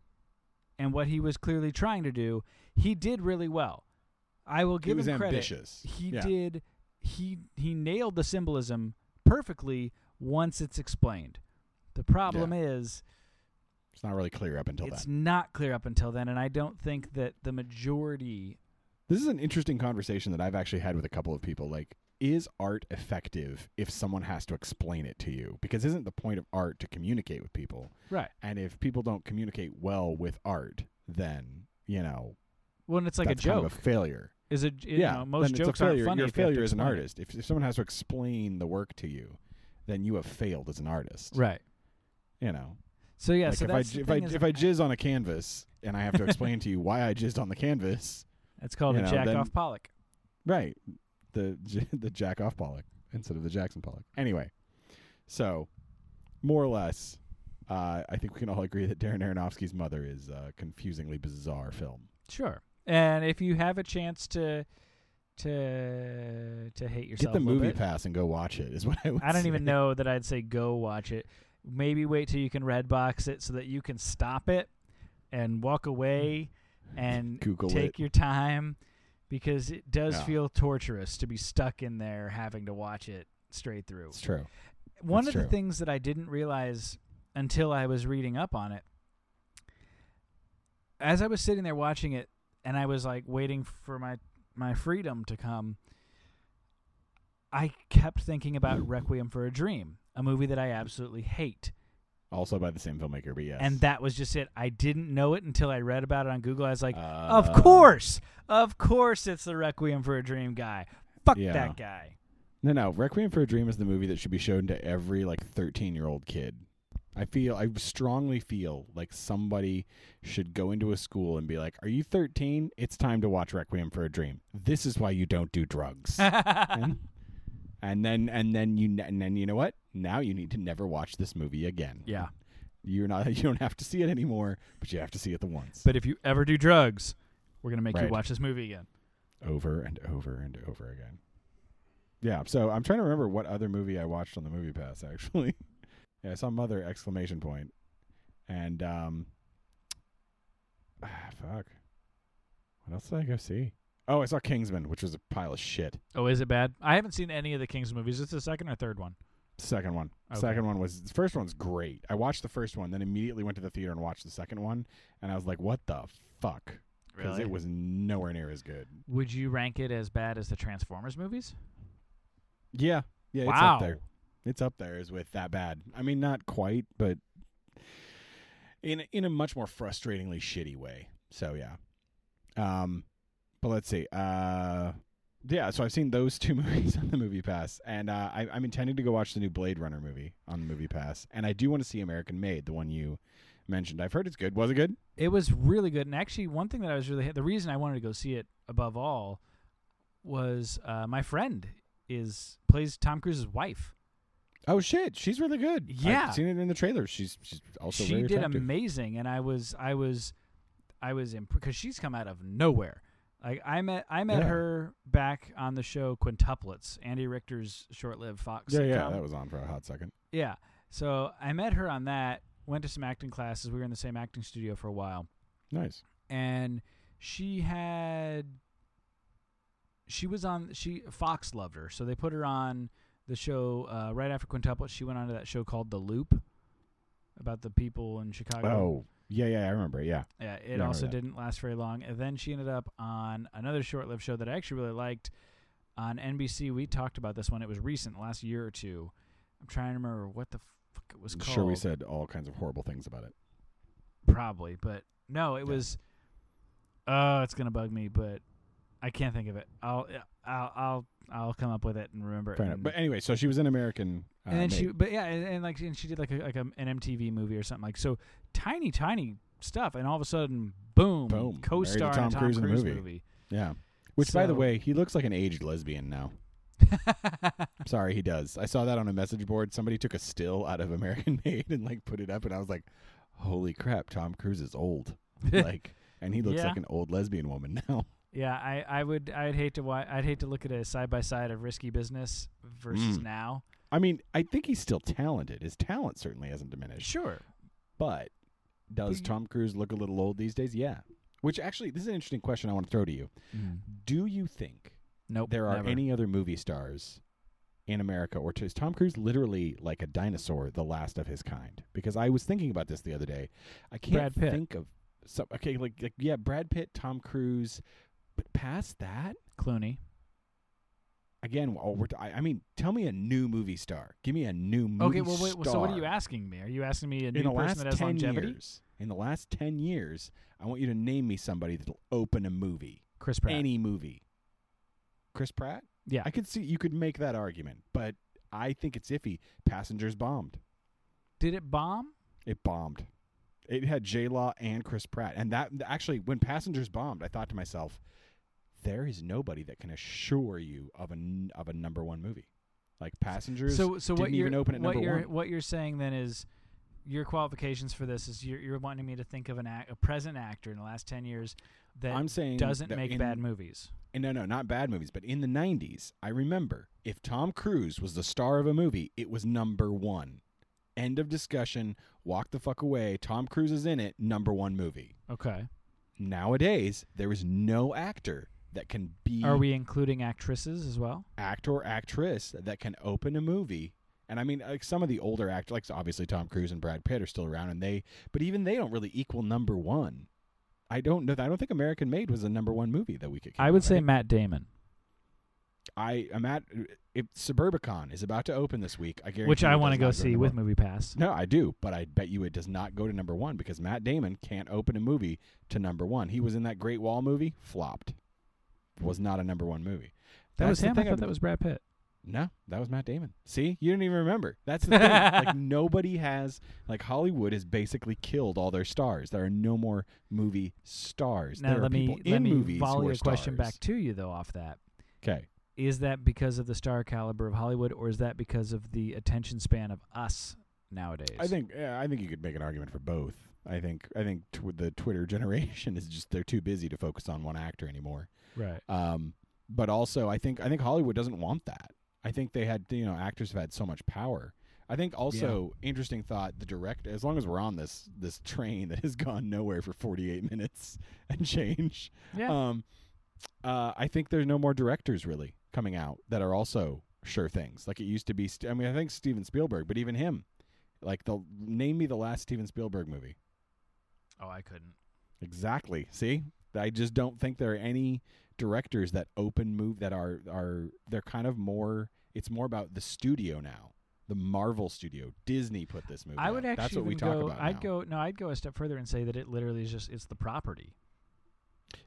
S3: and what he was clearly trying to do, he did really well. I will give
S4: he was
S3: him credit.
S4: ambitious.
S3: He
S4: Yeah.
S3: did. He he nailed the symbolism perfectly once it's explained. The problem is
S4: It's not really clear up until
S3: it's
S4: then.
S3: not clear up until then, and I don't think that the majority.
S4: This is an interesting conversation that I've actually had with a couple of people. Like, is art effective if someone has to explain it to you? Because isn't the point of art to communicate with people?
S3: Right.
S4: And if people don't communicate well with art, then you know
S3: Well, and it's like
S4: that's
S3: a joke.
S4: kind of a failure.
S3: is it? You
S4: yeah,
S3: know,
S4: then
S3: most
S4: it's
S3: jokes
S4: a
S3: aren't
S4: failure.
S3: funny.
S4: You're a
S3: if you have to
S4: failure as an
S3: explain it.
S4: artist. If, if someone has to explain the work to you, then you have failed as an artist.
S3: Right.
S4: You know,
S3: So yeah.
S4: like
S3: so
S4: if I
S3: that's
S4: j-
S3: the
S4: if I
S3: thing is
S4: if I jizz on a canvas and I have to explain to you why I jizzed on the canvas,
S3: It's called
S4: you
S3: a
S4: know,
S3: jack
S4: then-
S3: off Pollock.
S4: Right. The J- the Jack off Pollock instead of the Jackson Pollock. Anyway, so more or less, uh, I think we can all agree that Darren Aronofsky's mother is a confusingly bizarre film.
S3: Sure. And if you have a chance to to to hate
S4: Get
S3: yourself,
S4: the
S3: a little
S4: movie
S3: bit,
S4: pass and go watch it. Is what I would.
S3: I don't even
S4: say.
S3: know that I'd say go watch it. Maybe wait till you can red box it so that you can stop it and walk away and
S4: Google
S3: take
S4: it.
S3: your time because it does
S4: Yeah.
S3: feel torturous to be stuck in there having to watch it straight through.
S4: It's true.
S3: One
S4: That's
S3: of the
S4: true.
S3: things that I didn't realize until I was reading up on it, as I was sitting there watching it, and I was like waiting for my my freedom to come. I kept thinking about Requiem for a Dream, a movie that I absolutely hate,
S4: Also by the same filmmaker, but yes.
S3: and that was just it. I didn't know it until I read about it on Google. I was like, "Of
S4: Uh,
S3: course, of course, it's the Requiem for a Dream guy. Fuck
S4: Yeah.
S3: that guy."
S4: No, no. Requiem for a Dream is the movie that should be shown to every like 13 year old kid. I feel, I strongly feel like somebody should go into a school and be like, Are you 13? It's time to watch Requiem for a Dream. This is why you don't do drugs. and, and then, and then you, and then you know what? Now you need to never watch this movie again.
S3: Yeah,
S4: You're not, you don't have to see it anymore, but you have to see it the once.
S3: but if you ever do drugs, we're gonna make you
S4: Right.
S3: watch this movie again.
S4: over and over and over again. Yeah, so I'm trying to remember what other movie I watched on the Movie Pass actually. yeah, I saw Mother exclamation point, and um, ah, fuck, what else did I go see? Oh, I saw Kingsman, which was a pile of shit.
S3: Oh, is it bad? I haven't seen any of the King's movies. It's the second or third one.
S4: Second one,
S3: Okay.
S4: second one was the first one's great. I watched the first one, then immediately went to the theater and watched the second one, and I was like, what the fuck? Because it was nowhere near as good.
S3: Would you rank it as bad as the Transformers movies?
S4: Yeah, yeah, it's
S3: wow.
S4: up there. it's up there is with that bad. I mean, not quite, but in in a much more frustratingly shitty way. So yeah. Um, but let's see. Uh, yeah. So I've seen those two movies on the Movie Pass, and uh, I, I'm intending to go watch the new Blade Runner movie on the Movie Pass, and I do want to see American Made, the one you mentioned. I've heard it's good. Was it good?
S3: It was really good. And actually, one thing that I was really the reason I wanted to go see it above all was uh, my friend is plays Tom Cruise's wife.
S4: Oh shit, she's really good.
S3: Yeah.
S4: I've seen it in the trailer. She's she's also
S3: she
S4: very
S3: did
S4: attractive.
S3: amazing, and I was I was I was because she's come out of nowhere. Like I met I met
S4: Yeah.
S3: her back on the show Quintuplets, Andy Richter's short-lived Fox.
S4: yeah, yeah,
S3: sitcom.
S4: that was on for a hot second.
S3: Yeah. So I met her on that, went to some acting classes. We were in the same acting studio for a while.
S4: Nice.
S3: And she had she was on she Fox loved her. So they put her on the show uh, right after Quintuplet. She went on to that show called The Loop about the people in Chicago.
S4: Oh, yeah, yeah, I remember. Yeah.
S3: Yeah, it
S4: remember
S3: also
S4: that.
S3: didn't last very long. And then she ended up on another short-lived show that I actually really liked on NBC. We talked about this one. It was recent, last year or two. I'm trying to remember what the fuck it was
S4: I'm
S3: called.
S4: sure we said all kinds of horrible things about it.
S3: probably, but no, it
S4: Yeah.
S3: was. Oh, it's gonna bug me, but I can't think of it. I'll I'll I'll I'll come up with it and remember it.
S4: Fair enough.
S3: and,
S4: But anyway, so she was an American. Uh,
S3: and then she,
S4: maid.
S3: but yeah, and, and like, and she did like a, like a, an MTV movie or something like so tiny, tiny stuff, and all of a sudden, boom,
S4: Boom. Married to
S3: co-star in a
S4: Tom
S3: Tom
S4: Cruise in a
S3: Cruise
S4: movie.
S3: movie.
S4: yeah. Which, by the
S3: So-
S4: way, he looks like an aged lesbian now. Sorry, he does. I saw that on a message board. Somebody took a still out of American Made and like put it up, and I was like, "Holy crap, Tom Cruise is old!" like, and he looks
S3: Yeah.
S4: like an old lesbian woman now.
S3: yeah, I, I would I'd hate to wa- I'd hate to look at a side by side of Risky Business versus
S4: Mm.
S3: now.
S4: I mean, I think he's still talented. His talent certainly hasn't diminished,
S3: Sure,
S4: but Does Tom Cruise look a little old these days? Yeah. Which actually, this is an interesting question I want to throw to you. Do you think
S3: Mm-hmm. Nope.
S4: there are
S3: never.
S4: any other movie stars in America, or is Tom Cruise literally like a dinosaur, the last of his kind? Because I was thinking about this the other day. I can't
S3: Brad Pitt.
S4: think of some. Okay, like, like yeah, Brad Pitt, Tom Cruise, but past that,
S3: Clooney.
S4: again, all we're t- I, I mean, tell me a new movie star. Give me a new
S3: Okay,
S4: movie.
S3: well, wait,
S4: star.
S3: so what are you asking me? Are you asking me a new
S4: in the
S3: person
S4: last
S3: that has
S4: ten
S3: longevity?
S4: years? In the last ten years, I want you to name me somebody that'll open a movie,
S3: Chris Pratt.
S4: any movie. Chris Pratt.
S3: yeah.
S4: I could see you could make that argument, but I think it's iffy. Passengers bombed.
S3: Did it bomb?
S4: It bombed. It had J Law and Chris Pratt, and that actually, when Passengers bombed, I thought to myself, there is nobody that can assure you of a n- of a number one movie, like Passengers.
S3: So, so what
S4: didn't
S3: you're
S4: even open at
S3: what
S4: number
S3: you're
S4: one.
S3: what you're saying then is your qualifications for this is you're, you're wanting me to think of an act, a present actor in the last ten years that
S4: I'm saying
S3: doesn't
S4: that
S3: make
S4: in-
S3: bad movies.
S4: And no, no, not bad movies, but in the '90s, I remember if Tom Cruise was the star of a movie, it was number one. End of discussion. Walk the fuck away. Tom Cruise is in it. Number one movie.
S3: Okay.
S4: nowadays there is no actor that can be
S3: Are we including actresses as well?
S4: actor or actress that can open a movie and i mean like some of the older actors like obviously tom cruise and brad pitt are still around and they but even they don't really equal number one i don't know i don't think american made was a number one movie that we could
S3: I would say
S4: right?
S3: Matt Damon,
S4: i am at if suburbicon is about to open this week i guarantee
S3: which I want to go see with
S4: me.
S3: Movie Pass.
S4: No, I do, but I bet you it does not go to number one because Matt Damon can't open a movie to number one. He was in that Great Wall movie, flopped. Was not a number one movie.
S3: That was
S4: That's the
S3: him. I
S4: thing
S3: thought that was Brad Pitt.
S4: No, that was Matt Damon. See, you didn't even remember. That's the thing. like nobody has like Hollywood has basically killed all their stars. There are no more movie stars.
S3: Now
S4: there are
S3: let me
S4: people
S3: let
S4: in
S3: me
S4: movies
S3: volley
S4: who are
S3: a question
S4: stars.
S3: back to you though off that.
S4: Okay.
S3: is that because of the star caliber of Hollywood, or is that because of the attention span of us nowadays?
S4: I think yeah, I think you could make an argument for both. I think I think tw- the Twitter generation is just they're too busy to focus on one actor anymore.
S3: right.
S4: Um, but also, I think I think Hollywood doesn't want that. I think they had you know actors have had so much power. I think also interesting thought the direct as long as we're on this this train that has gone nowhere for 48 minutes and change.
S3: Yeah.
S4: Um, uh, I think there's no more directors really coming out that are also sure things like it used to be. St- I mean, I think Steven Spielberg, but even him, like the name me the last Steven Spielberg movie.
S3: oh, I couldn't.
S4: Exactly. See, I just don't think there are any directors that open move that are are they're kind of more. It's more about the studio now. The Marvel studio, Disney put this movie.
S3: I would
S4: out.
S3: actually
S4: That's what we
S3: even
S4: talk
S3: go.
S4: about.
S3: I'd
S4: now.
S3: go. No, I'd go a step further and say that it literally is just it's the property.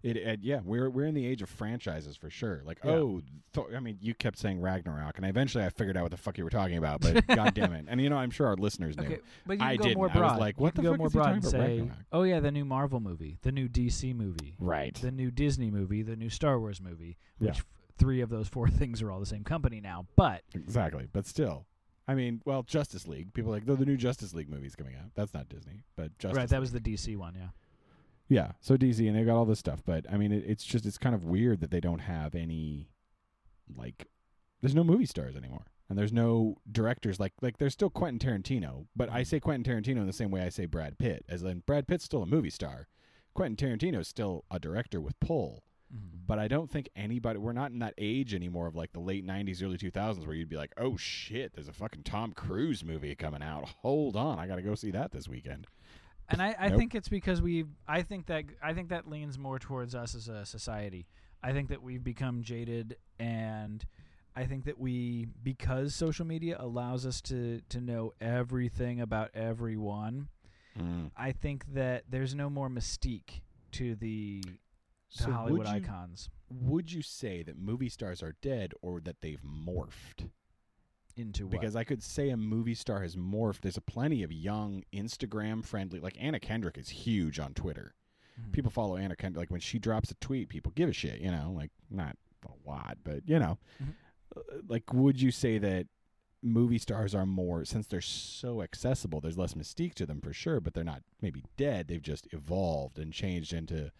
S4: It, it- yeah, we're we're in the age of franchises for sure. Like,
S3: Yeah.
S4: oh, Thor, I mean, you kept saying Ragnarok, and eventually I figured out what the fuck you were talking about. But god damn it, and you know, I'm sure our listeners knew.
S3: Okay, but you
S4: I
S3: can go
S4: didn't.
S3: more
S4: I was
S3: broad.
S4: like,
S3: You
S4: what
S3: can
S4: the
S3: go
S4: fuck
S3: more
S4: is he
S3: broad
S4: talking
S3: and
S4: about
S3: say,
S4: Ragnarok?
S3: oh yeah, the new Marvel movie, the new DC movie,
S4: Right.
S3: the new Disney movie, the new Star Wars movie.
S4: Yeah.
S3: Which f- three of those four things are all the same company now? But
S4: Exactly, but still, I mean, well, Justice League. People are like, though the new Justice League movie's coming out. That's not Disney, but Justice
S3: right, that was the DC one. Yeah.
S4: Yeah, so DC and they got all this stuff, but I mean, it, it's just it's kind of weird that they don't have any, like, there's no movie stars anymore, and there's no directors like like there's still Quentin Tarantino, but I say Quentin Tarantino in the same way I say Brad Pitt, as in Brad Pitt's still a movie star, Quentin Tarantino's still a director with pull,
S3: Mhm.
S4: but I don't think anybody we're not in that age anymore of like the late '90s, early 2000s where you'd be like, oh shit, there's a fucking Tom Cruise movie coming out, hold on, I gotta go see that this weekend.
S3: And I, I
S4: Nope.
S3: think it's because we I think that I think that leans more towards us as a society. I think that we've become jaded and I think that we because social media allows us to to know everything about everyone. I think that there's no more mystique to the to
S4: would
S3: Hollywood
S4: you-
S3: icons
S4: would you say that movie stars are dead or that they've morphed?
S3: into what
S4: Because I could say a movie star has morphed. There's a plenty of young Instagram friendly, like Anna Kendrick is huge on Twitter.
S3: Mhm.
S4: People follow Anna Kendrick. Like when she drops a tweet, people give a shit. You know, like not a lot, but you know,
S3: Mhm.
S4: Uh, like would you say that movie stars are more since they're so accessible? There's less mystique to them for sure, but they're not maybe dead. They've just evolved and changed into.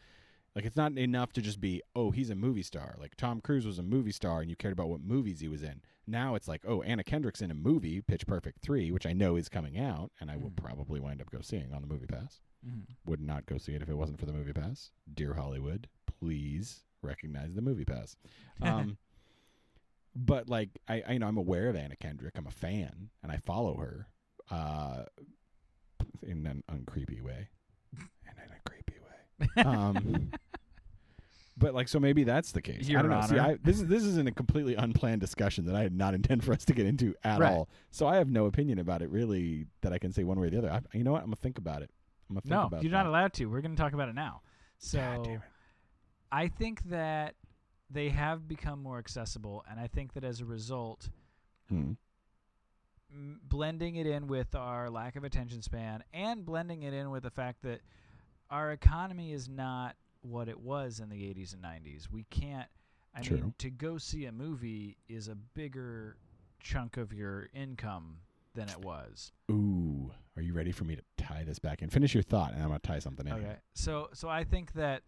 S4: Like it's not enough to just be, oh, he's a movie star. Like Tom Cruise was a movie star, and you cared about what movies he was in. Now it's like, oh, Anna Kendrick's in a movie, Pitch Perfect three, which I know is coming out, and I will probably wind up go seeing on the Movie Pass.
S3: Mm-hmm.
S4: Would not go see it if it wasn't for the Movie Pass. Dear Hollywood, please recognize the Movie Pass. Um, but like I, I, you know, I'm aware of Anna Kendrick. I'm a fan, and I follow her uh, in an uncreepy way, and in a creepy way. Um, but like, so maybe that's the case.
S3: Your
S4: I don't know. See,
S3: Honor.
S4: I, this is this isn't a completely unplanned discussion that I did not intend for us to get into at
S3: Right.
S4: all. So I have no opinion about it really that I can say one way or the other. I, you know what? I'm gonna think about it. I'm gonna think
S3: No,
S4: about
S3: you're
S4: that.
S3: not allowed to. We're going to talk about it now. So
S4: damn it.
S3: I think that they have become more accessible, and I think that as a result,
S4: Hmm.
S3: m- blending it in with our lack of attention span and blending it in with the fact that our economy is not what it was in the 80s and 90s. We can't I mean
S4: True.
S3: to go see a movie is a bigger chunk of your income than it was.
S4: Ooh, are you ready for me to tie this back in? Finish your thought, and I'm gonna tie something in. here.
S3: Okay. So so I think that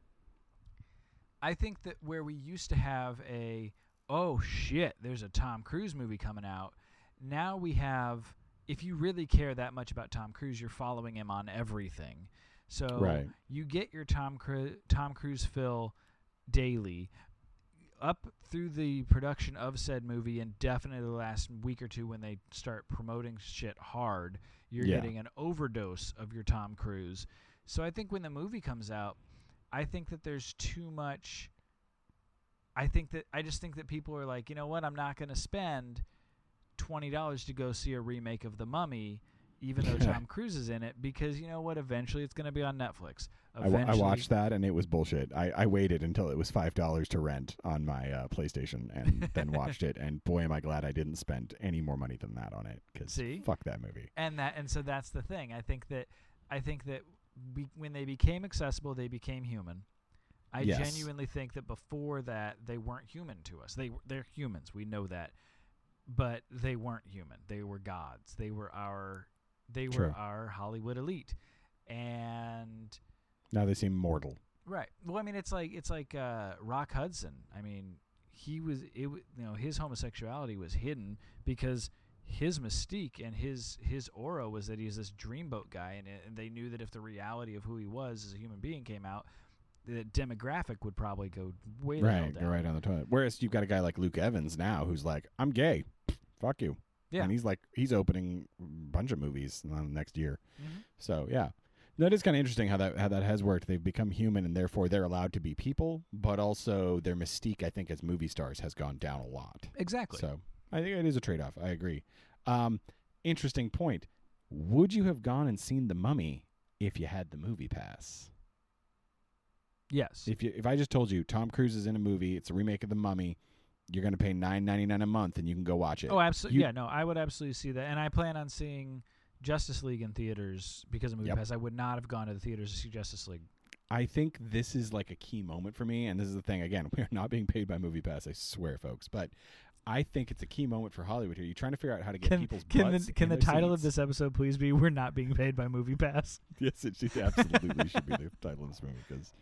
S3: I think that where we used to have a oh shit, there's a Tom Cruise movie coming out. Now we have if you really care that much about Tom Cruise, you're following him on everything. So
S4: Right.
S3: you get your Tom Cruise Tom Cruise fill daily up through the production of said movie and definitely the last week or two when they start promoting shit hard you're
S4: Yeah.
S3: getting an overdose of your Tom Cruise. So I think when the movie comes out, I think that there's too much. I think that I just think that people are like, you know what? I'm not going to spend twenty dollars to go see a remake of The Mummy, even though Tom Cruise is in it, because you know what? Eventually, it's going to be on Netflix.
S4: I, wa-
S3: Eventually,
S4: I watched that and it was bullshit. I, I waited until it was five dollars to rent on my uh, PlayStation and then watched it. And boy, am I glad I didn't spend any more money than that on it because
S3: See?
S4: fuck that movie.
S3: and that and so that's the thing. I think that I think that be, when they became accessible, they became human. I
S4: Yes.
S3: genuinely think that before that they weren't human to us. They w- they're humans. We know that, but they weren't human. They were gods. They were our they
S4: True.
S3: were our Hollywood elite, and
S4: Now they seem mortal.
S3: Right. Well, I mean, it's like it's like uh, Rock Hudson. I mean, he was it. wa- You know, his homosexuality was hidden because his mystique and his his aura was that he's this dreamboat guy, and, and they knew that if the reality of who he was as a human being came out, the demographic would probably go way the hell
S4: Right,
S3: down.
S4: go right on the toilet. Whereas you've got a guy like Luke Evans now who's like, I'm gay. Fuck you.
S3: Yeah.
S4: And he's like, he's opening a bunch of movies in the next year.
S3: Mhm.
S4: So yeah, that is kind of interesting how that how that has worked. They've become human, and therefore they're allowed to be people, but also their mystique, I think, as movie stars has gone down a lot.
S3: Exactly.
S4: So I think it is a trade off. I agree. Um, interesting point. Would you have gone and seen The Mummy if you had the movie pass?
S3: yes.
S4: If you, if I just told you Tom Cruise is in a movie, it's a remake of The Mummy, you're going to pay nine ninety nine a month and you can go watch it.
S3: Oh, absolutely.
S4: You-
S3: Yeah, no, I would absolutely see that, and I plan on seeing Justice League in theaters because of Movie
S4: Yep.
S3: Pass. I would not have gone to the theaters to see Justice League.
S4: I think this is like a key moment for me, and this is the thing. Again, we are not being paid by Movie Pass, I swear, folks. But I think it's a key moment for Hollywood here. You're trying to figure out how to get
S3: can,
S4: people's
S3: can
S4: butts
S3: the, can
S4: in
S3: the
S4: their
S3: title of
S4: seats.
S3: this episode please be we're not being paid by movie pass
S4: yes, it should, absolutely should be the title of this movie because,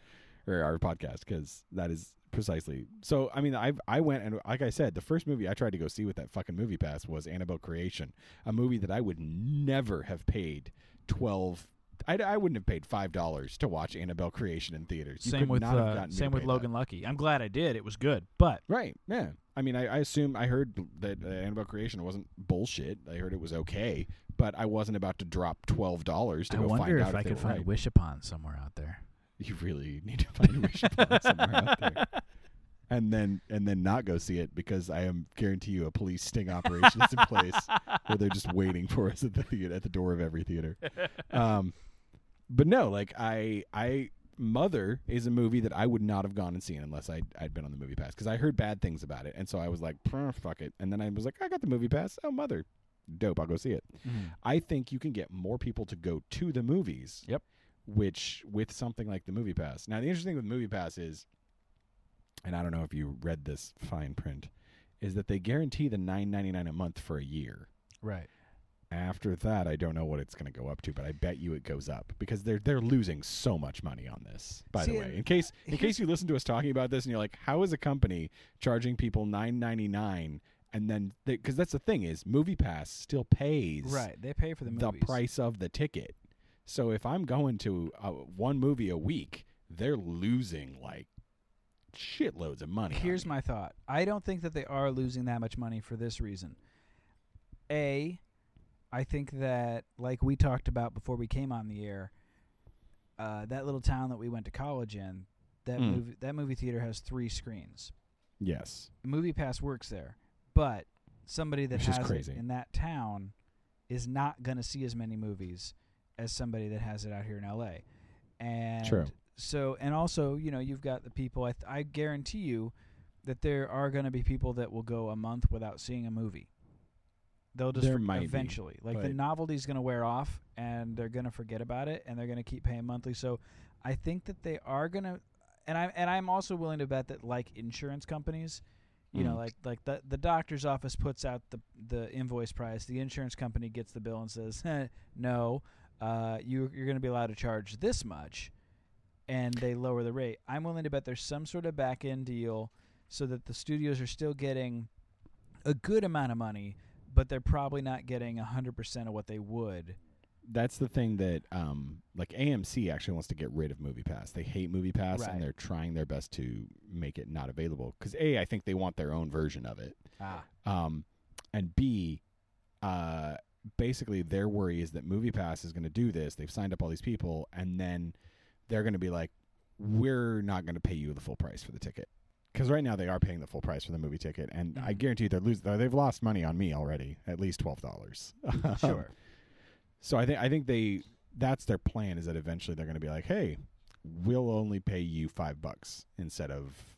S4: or our podcast because that is precisely. So I mean, I I went and like I said, the first movie I tried to go see with that fucking movie pass was Annabelle Creation, a movie that I would never have paid twelve. I, I wouldn't have paid five dollars to watch Annabelle Creation in theaters. You
S3: same
S4: could
S3: with
S4: not have
S3: uh,
S4: gotten me to
S3: same with
S4: pay that.
S3: logan lucky i'm glad i did it was good but
S4: Right. Yeah. I mean, I, I assume I heard that uh, Annabelle Creation wasn't bullshit. I heard it was okay, but I wasn't about to drop twelve dollars to
S3: i
S4: go
S3: wonder
S4: find out
S3: if i
S4: they
S3: could
S4: were
S3: find
S4: right.
S3: wish upon somewhere out there
S4: You really need to find a wish upon somewhere out there, and then and then not go see it because I am guarantee you a police sting operation is in place where they're just waiting for us at the theater, at the door of every theater. Um, but no, like I I Mother is a movie that I would not have gone and seen unless I I'd been on the movie pass because I heard bad things about it, and so I was like, "Pff, fuck it. And then I was like, I got the movie pass. Oh, Mother, dope. I'll go see it.
S3: Mm-hmm.
S4: I think you can get more people to go to the movies.
S3: Yep.
S4: Which with something like the movie pass. Now the interesting thing with movie pass is, and I don't know if you read this fine print, is that they guarantee the nine ninety nine a month for a year.
S3: right
S4: After that, I don't know what it's going to go up to, but I bet you it goes up because they're they're losing so much money on this. By
S3: See,
S4: the way,
S3: and
S4: in case in
S3: here's-
S4: case you listen to us talking about this and you're like, how is a company charging people nine ninety nine and then because that's the thing is Movie Pass still pays
S3: Right. They pay for the
S4: the
S3: movies.
S4: price of the ticket. So if I'm going to uh, one movie a week, they're losing like shitloads of money. on
S3: Here's
S4: it.
S3: my thought. I don't think that they are losing that much money for this reason. A, I think that like we talked about before we came on the air, uh, that little town that we went to college in, that
S4: Mm.
S3: movie that movie theater has three screens.
S4: yes,
S3: Movie Pass works there, but somebody that
S4: Which is
S3: has
S4: crazy.
S3: it in that town is not going to see as many movies as somebody that has it out here in L.A. And
S4: True.
S3: so, and also, you know, you've got the people. I, th- I guarantee you that there are going to be people that will go a month without seeing a movie. They'll just
S4: There
S3: for-
S4: might be,
S3: eventually, like the
S4: but-
S3: novelty's going to wear off, and they're going to forget about it, and they're going to keep paying monthly. So, I think that they are going to, and I'm and I'm also willing to bet that like insurance companies, you know,
S4: Mm.
S3: like like the the doctor's office puts out the the invoice price, the insurance company gets the bill and says, "Heh, no, uh, you you're going to be allowed to charge this much, and they lower the rate. I'm willing to bet there's some sort of back end deal so that the studios are still getting a good amount of money, but they're probably not getting hundred percent of what they would.
S4: that's the thing that um, like AMC actually wants to get rid of Movie Pass. They hate Movie Pass,
S3: Right.
S4: and they're trying their best to make it not available. Because a, I think they want their own version of it.
S3: Ah,
S4: um, and B, uh, basically their worry is that MoviePass is going to do this. They've signed up all these people, and then they're going to be like, "We're not going to pay you the full price for the ticket." Because right now they are paying the full price for the movie ticket, and I
S3: Mhm.
S4: guarantee they're losing. They've lost money on me already, at least twelve dollars.
S3: sure.
S4: So I think I think they that's their plan is that eventually they're going to be like, "Hey, we'll only pay you five bucks instead of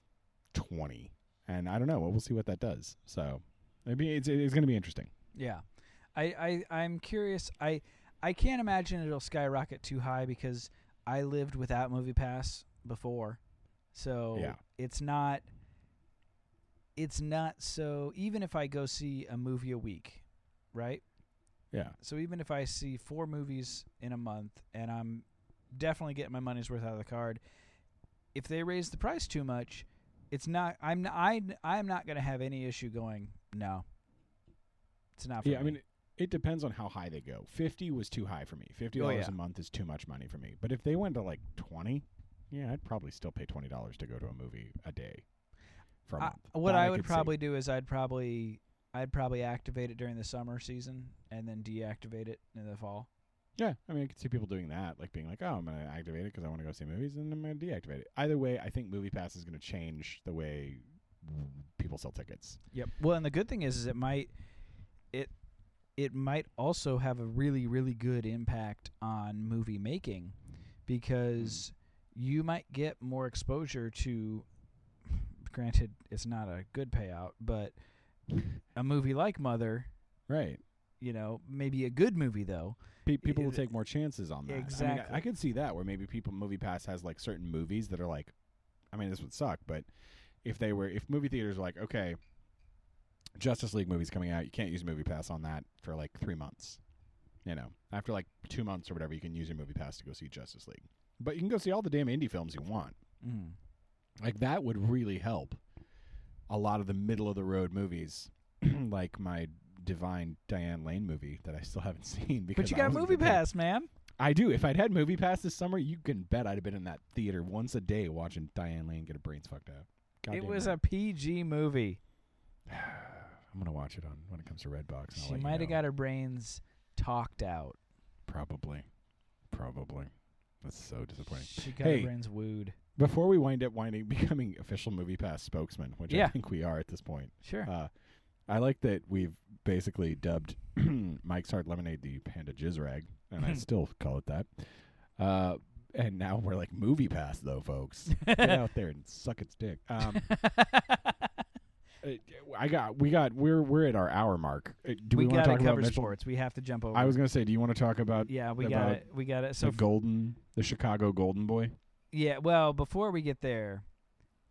S4: twenty. And I don't know. Well, we'll see what that does. So maybe it's it's going to be interesting.
S3: Yeah, I, I I'm curious. I I can't imagine it'll skyrocket too high because I lived without Movie Pass before, so
S4: Yeah.
S3: it's not it's not so. Even if I go see a movie a week, right?
S4: Yeah.
S3: So even if I see four movies in a month and I'm definitely getting my money's worth out of the card, if they raise the price too much, it's not. I'm I I'm not going to have any issue going. No, it's not. For
S4: Yeah, I
S3: me."
S4: mean, it depends on how high they go. Fifty was too high for me. Fifty
S3: Oh,
S4: dollars
S3: yeah.
S4: a month is too much money for me. But if they went to like twenty, yeah, I'd probably still pay twenty dollars to go to a movie a day for a
S3: I-
S4: month.
S3: what
S4: That
S3: I,
S4: could
S3: would
S4: see.
S3: probably do is I'd probably I'd probably activate it during the summer season and then deactivate it in the fall.
S4: Yeah, I mean, I could see people doing that, like being like, "Oh, I'm going to activate it because I want to go see movies, and I'm going to deactivate it." Either way, I think MoviePass is going to change the way people sell tickets.
S3: Yep. Well, and the good thing is, is it might it it might also have a really really good impact on movie making
S4: Mm.
S3: because you might get more exposure to. Granted, it's not a good payout, but a movie like Mother,
S4: Right.
S3: you know, maybe a good movie though.
S4: Pe- people will
S3: It-
S4: take more chances on that. I mean, I- I,
S3: Exactly.
S4: could see that where maybe people MoviePass has like certain movies that are like, I mean, this would suck, but if they were, if movie theaters were like, okay, Justice League movie's coming out, you can't use MoviePass on that for like three months. You know, after like two months or whatever, you can use your MoviePass to go see Justice League, but you can go see all the damn indie films you want.
S3: Mm.
S4: like that would really help a lot of the middle of the road movies like my divine diane lane movie that i still haven't seen because
S3: But you
S4: I
S3: got
S4: wasn't
S3: Movie
S4: prepared.
S3: Pass, man.
S4: i do if i'd had movie pass this summer you can bet i'd have been in that theater once a day watching diane lane get her brains fucked out God
S3: it
S4: damn
S3: was
S4: right. Oh,
S3: a PG movie.
S4: i'm gonna watch it on when it comes to redbox and I'll
S3: She
S4: let you
S3: might have
S4: know.
S3: got her brains talked out.
S4: probably probably that's so disappointing
S3: She got
S4: Hey.
S3: her brains wooed.
S4: before we wind up winding becoming official movie pass spokesman which i
S3: Yeah.
S4: think we are at this point
S3: Sure.
S4: Uh, I like that we've basically dubbed Mike's Hard Lemonade the Panda Jizz Rag, and
S3: Hmm.
S4: I still call it that. Uh, and now we're like Movie Pass, though, folks. Get out there and suck its dick. Um, it- I got, we got, we're we're at our hour mark. Uh, Do
S3: we
S4: we,
S3: gotta
S4: want to talk about
S3: cover
S4: Mitchell?
S3: sports. We have to jump over.
S4: I was gonna say, do you want to talk about
S3: yeah, we
S4: about
S3: got it. We got it. So
S4: the Golden, the Chicago Golden Boy?
S3: yeah, well, before we get there,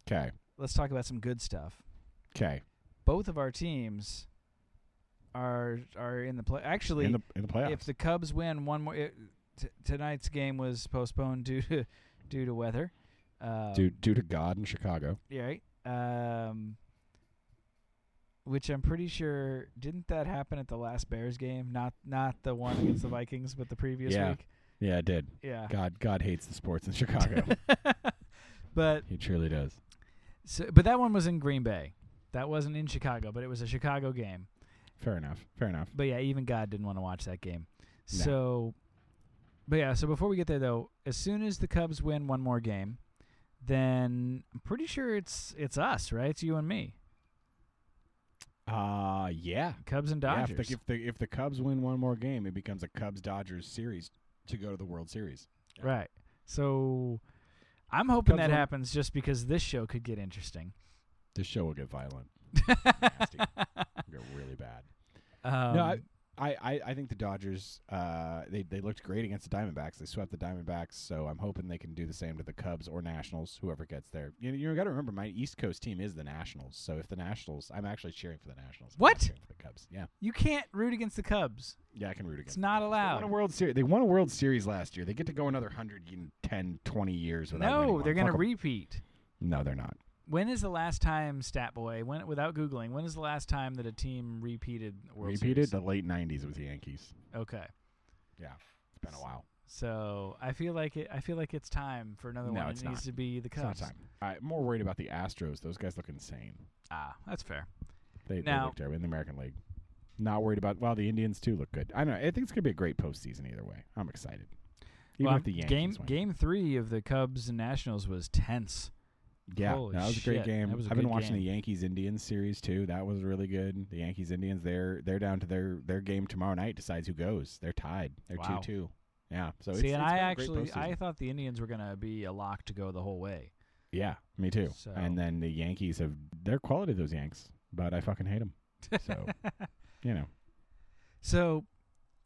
S4: Okay,
S3: let's talk about some good stuff.
S4: okay.
S3: Both of our teams are are in the play. Actually,
S4: in the in the playoffs.
S3: if the Cubs win one more, it, t- tonight's game was postponed due to due to weather. Um,
S4: due due to God in Chicago.
S3: yeah, right. Um, which I'm pretty sure didn't that happen at the last Bears game? Not not the one against the Vikings, but the previous
S4: Yeah.
S3: week.
S4: Yeah, it did.
S3: Yeah.
S4: God God hates the sports in Chicago.
S3: but
S4: he truly does.
S3: so, but that one was in Green Bay. That wasn't in Chicago, but it was a Chicago game.
S4: Fair enough. Fair enough.
S3: But yeah, even God didn't want to watch that game.
S4: No.
S3: So, but yeah, so before we get there though, as soon as the Cubs win one more game, then I'm pretty sure it's it's us, right? It's you and me,
S4: Uh yeah.
S3: Cubs and
S4: Yeah, if
S3: Dodgers.
S4: the, if the if the Cubs win one more game, it becomes a Cubs Dodgers series to go to the World Series.
S3: Right. So, I'm hoping
S4: Cubs
S3: that
S4: won.
S3: happens just because this show could get interesting.
S4: This show will get violent. Nasty. It'll get really bad.
S3: Um,
S4: no, I, I, I- I think the Dodgers uh, they they looked great against the Diamondbacks. They swept the Diamondbacks, so I'm hoping they can do the same to the Cubs or Nationals, whoever gets there. You know, you got to remember my East Coast team is the Nationals. So if the Nationals, I'm actually cheering for the Nationals. I'm not
S3: What?
S4: cheering for the Cubs? Yeah,
S3: you can't root against the Cubs.
S4: yeah, I can root against.
S3: It's not
S4: them. They won
S3: allowed.
S4: a World Series. They won a World Series last year. They get to go another 110, 20 years without. winning
S3: No,
S4: one.
S3: they're going to
S4: Fuck 'em.
S3: repeat.
S4: No, they're not.
S3: When is the last time Stat Boy? When without googling, when is the last time that a team repeated World Series?
S4: Repeated the late '90s with the Yankees.
S3: Okay,
S4: Yeah, it's been a while.
S3: so I feel like it. I feel like it's time for another
S4: No,
S3: one.
S4: it's
S3: it
S4: not.
S3: needs to be the
S4: It's not
S3: Cubs.
S4: time. I'm more worried about the Astros. Those guys look insane.
S3: Ah, that's fair.
S4: They, they
S3: Now-
S4: look terrible in the American League. Not worried about. Well, the Indians too look good. I don't know. I think it's gonna be a great postseason either way. I'm excited. Even
S3: Well,
S4: if the Yankees
S3: game
S4: win.
S3: game three of the Cubs and Nationals was tense.
S4: yeah, no,
S3: holy
S4: that was a great
S3: shit,
S4: game.
S3: that was a
S4: I've been
S3: good
S4: watching the
S3: game.
S4: Yankees Indians series too. That was really good. The Yankees Indians they're they're down to their their game tomorrow night decides who goes. They're tied. They're two
S3: Wow.
S4: two. Yeah. So
S3: See,
S4: it's,
S3: and
S4: it's
S3: I
S4: been a great
S3: actually I
S4: postseason.
S3: thought the Indians were gonna be a lock to go the whole way.
S4: yeah me too.
S3: So-
S4: And then the Yankees have their quality those Yanks, but I fucking hate them. So you know
S3: So,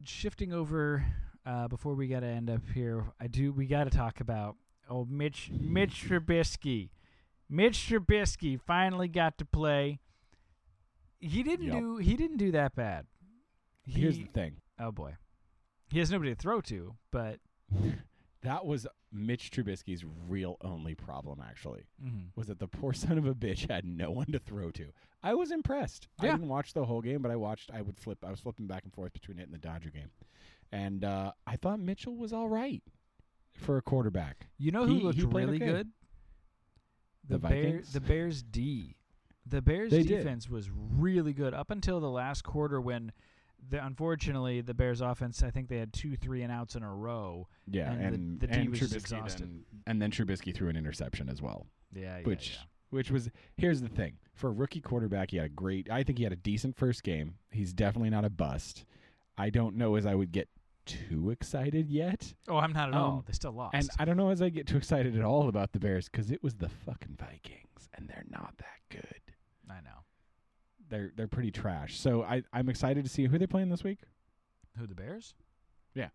S3: shifting over uh, before we got to end up here, I do we got to talk about oh Mitch Mitch Trubisky, Mitch Trubisky finally got to play. He didn't
S4: Yup.
S3: do he didn't do that bad. He,
S4: here's the thing.
S3: oh boy, he has nobody to throw to, but
S4: That was Mitch Trubisky's real only problem, actually,
S3: mhm.
S4: was that the poor son of a bitch had no one to throw to. I was impressed. I
S3: Yeah.
S4: didn't watch the whole game, but I watched. I would flip. I was flipping back and forth between it and the Dodger game, and uh, I thought Mitchell was all right for a quarterback.
S3: you know who
S4: He-
S3: looked
S4: he played
S3: really
S4: okay.
S3: good?
S4: The Vikings?
S3: Bears the Bears D. The Bears
S4: They did.
S3: defense was really good up until the last quarter when the, unfortunately the Bears offense I think they had two three and outs in a row.
S4: Yeah,
S3: And the-
S4: and
S3: the D
S4: and
S3: was
S4: Trubisky
S3: exhausted.
S4: then- and then Trubisky threw an interception as well.
S3: Yeah, yeah.
S4: which
S3: yeah.
S4: which was here's the thing for a rookie quarterback he had a great i think he had a decent first game he's definitely not a bust i don't know as i would get too excited yet
S3: Oh, I'm not at all.
S4: um,
S3: They still lost.
S4: and i don't know as i get too excited at all about the bears because it was the fucking vikings and they're not that good
S3: I know
S4: they're they're pretty trash so i i'm excited to see who they're playing this week
S3: who the Bears.
S4: they're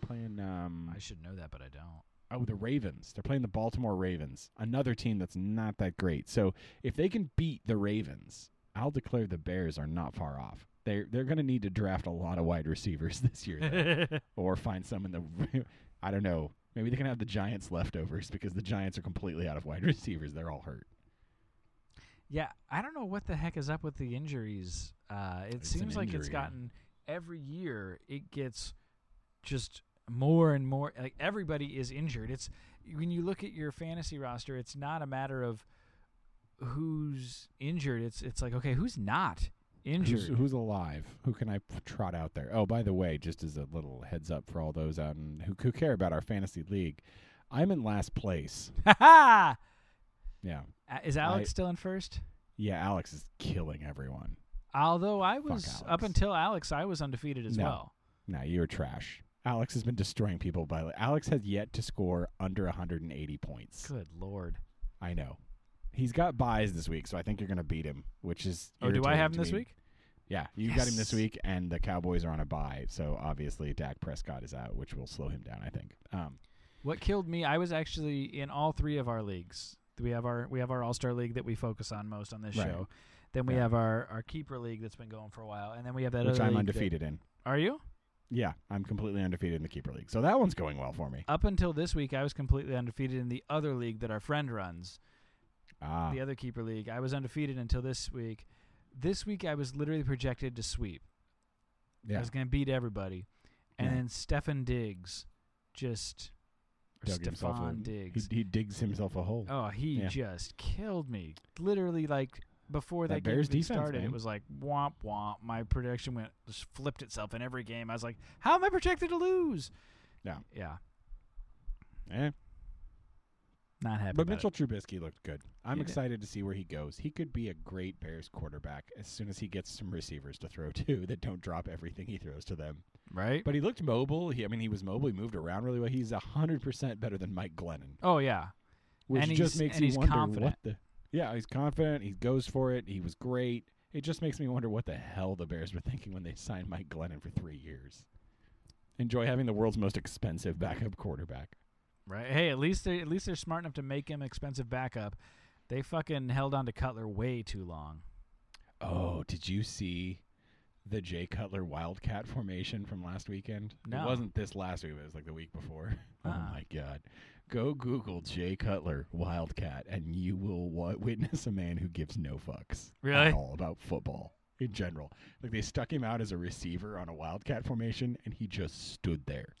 S4: playing um
S3: I should know that, but I don't.
S4: Oh, the Ravens. They're playing the Baltimore Ravens, another team that's not that great. So if they can beat the Ravens, I'll declare the Bears are not far off. They're they're going to need to draft a lot of wide receivers this year, though, or find some in the. I don't know. Maybe they can have the Giants leftovers because the Giants are completely out of wide receivers. They're all hurt.
S3: yeah, I don't know what the heck is up with the injuries. Uh, it
S4: It's an
S3: seems like it's
S4: injury.
S3: gotten every year. It gets just more and more. Like everybody is injured. It's when you look at your fantasy roster, it's not a matter of who's injured. It's it's like okay, who's not injured?
S4: Who's, who's alive? Who can I p- trot out there? Oh, by the way, just as a little heads up for all those out in, who, who care about our fantasy league, I'm in last place.
S3: Ha ha!
S4: Yeah,
S3: Uh, Is Alex
S4: I-
S3: still in first?
S4: yeah. Alex is killing everyone.
S3: Although I was up
S4: Alex.
S3: until Alex, I was undefeated as
S4: No.
S3: well.
S4: No, you're trash. Alex has been destroying people by. Alex has yet to score under 180 points.
S3: Good lord.
S4: I know. He's got buys this week, so I think you're going to beat him, which is.
S3: Oh, do I
S4: irritating
S3: have
S4: to
S3: him this
S4: me.
S3: week?
S4: Yeah, you got him this
S3: Yes.
S4: week, and the Cowboys are on a buy, so obviously Dak Prescott is out, which will slow him down. I think. Um,
S3: What killed me? I was actually in all three of our leagues. We have our we have our All Star League that we focus on most on this
S4: Right.
S3: show. Then we
S4: Yeah.
S3: have our, our keeper league that's been going for a while, and then we have that
S4: which
S3: other
S4: I'm
S3: league that-
S4: undefeated in.
S3: are you?
S4: Yeah, I'm completely undefeated in the keeper league. So that one's going well for me.
S3: Up until this week, I was completely undefeated in the other league that our friend runs,
S4: Ah,
S3: the other keeper league. I was undefeated until this week. This week, I was literally projected to sweep. I
S4: yeah,
S3: was going to beat everybody, and
S4: Yeah.
S3: then Stefan Diggs just or
S4: dug himself a-
S3: Stefan Diggs.
S4: He, he digs himself a hole.
S3: Oh, he
S4: Yeah.
S3: just killed me. Literally, like before
S4: That
S3: that, game
S4: Bears
S3: even
S4: defense,
S3: started,
S4: man.
S3: it was like womp womp. My prediction went just flipped itself in every game. I was like, how am I projected to lose?
S4: Yeah.
S3: yeah,
S4: Eh,
S3: not happy.
S4: But
S3: about it.
S4: Mitchell Trubisky looked good. I'm
S3: He did.
S4: excited to see where he goes. He could be a great Bears quarterback as soon as he gets some receivers to throw to that don't drop everything he throws to them.
S3: right?
S4: But he looked mobile. He, I mean, he was mobile. He moved around really well. He's hundred percent better than Mike Glennon,
S3: oh yeah,
S4: which
S3: And
S4: just
S3: he's-
S4: makes
S3: and
S4: you
S3: he's
S4: wonder what
S3: confident.
S4: the. Yeah, he's confident. He goes for it. He was great. It just makes me wonder what the hell the Bears were thinking when they signed Mike Glennon for three years. Enjoy having the world's most expensive backup quarterback.
S3: right. Hey, at least they at least they're smart enough to make him expensive backup. They fucking held on to Cutler way too long.
S4: Oh, did you see the Jay Cutler Wildcat formation from last weekend? It
S3: No.
S4: wasn't this last week, but it was like the week before.
S3: Uh-uh.
S4: Oh my god. Go Google Jay Cutler Wildcat and you will wa- witness a man who gives no fucks
S3: Really?
S4: at all about football in general. Like they stuck him out as a receiver on a Wildcat formation and he just stood there.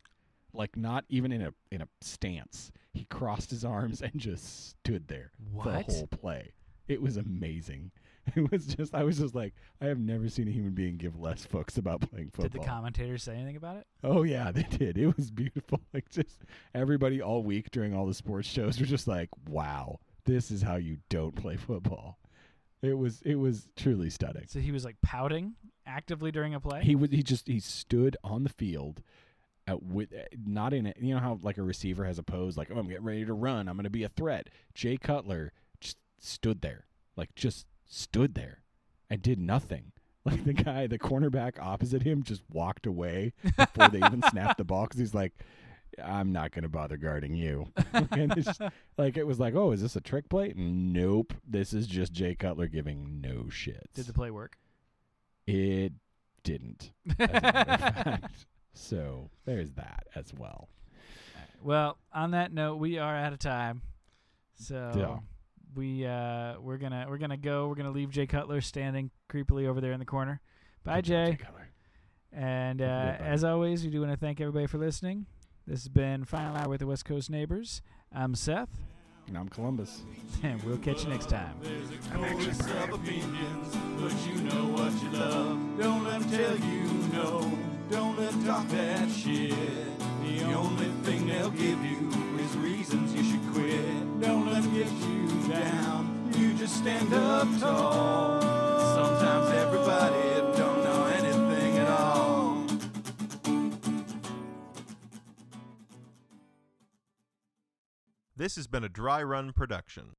S4: Like not even in a in a stance. He crossed his arms and just stood there
S3: What?
S4: the whole play. It was amazing. It was just I was just like I have never seen a human being give less fucks about playing football.
S3: Did the commentators say anything about it?
S4: oh yeah, they did. It was beautiful. Like just everybody all week during all the sports shows were just like, "Wow, this is how you don't play football." It was it was truly stunning.
S3: So he was like pouting actively during a play.
S4: He was he just he stood on the field at with not in it. You know how like a receiver has a pose like, "Oh, I'm getting ready to run. I'm going to be a threat." Jay Cutler just stood there. Like just stood there and did nothing. Like the guy, the cornerback opposite him just walked away before they even snapped the ball cuz he's like I'm not going to bother guarding you. and it's just- like it was like, "Oh, is this a trick play?" Nope. This is just Jay Cutler giving no shit.
S3: Did the play work?
S4: It didn't. As a matter of fact. So there's that as well.
S3: Well, on that note, we are out of time. So
S4: Yeah.
S3: we uh we're gonna we're gonna go. We're gonna leave Jay Cutler standing creepily over there in the corner. Bye,
S4: Good job,
S3: Jay.
S4: Cutler.
S3: And uh,
S4: Have a good one.
S3: as always, we do want to thank everybody for listening. This has been Final Hour with the West Coast Neighbors. I'm Seth,
S4: And I'm Columbus.
S3: and we'll catch you next time.
S2: There's a chorus of opinions, but you know what you love. Don't let 'em tell you no. Don't let 'em talk that shit. The only thing they'll give you is reasons you should quit. Don't let 'em get you down. You just stand up tall. Sometimes everybody don't know anything at all.
S5: This has been a dry run production.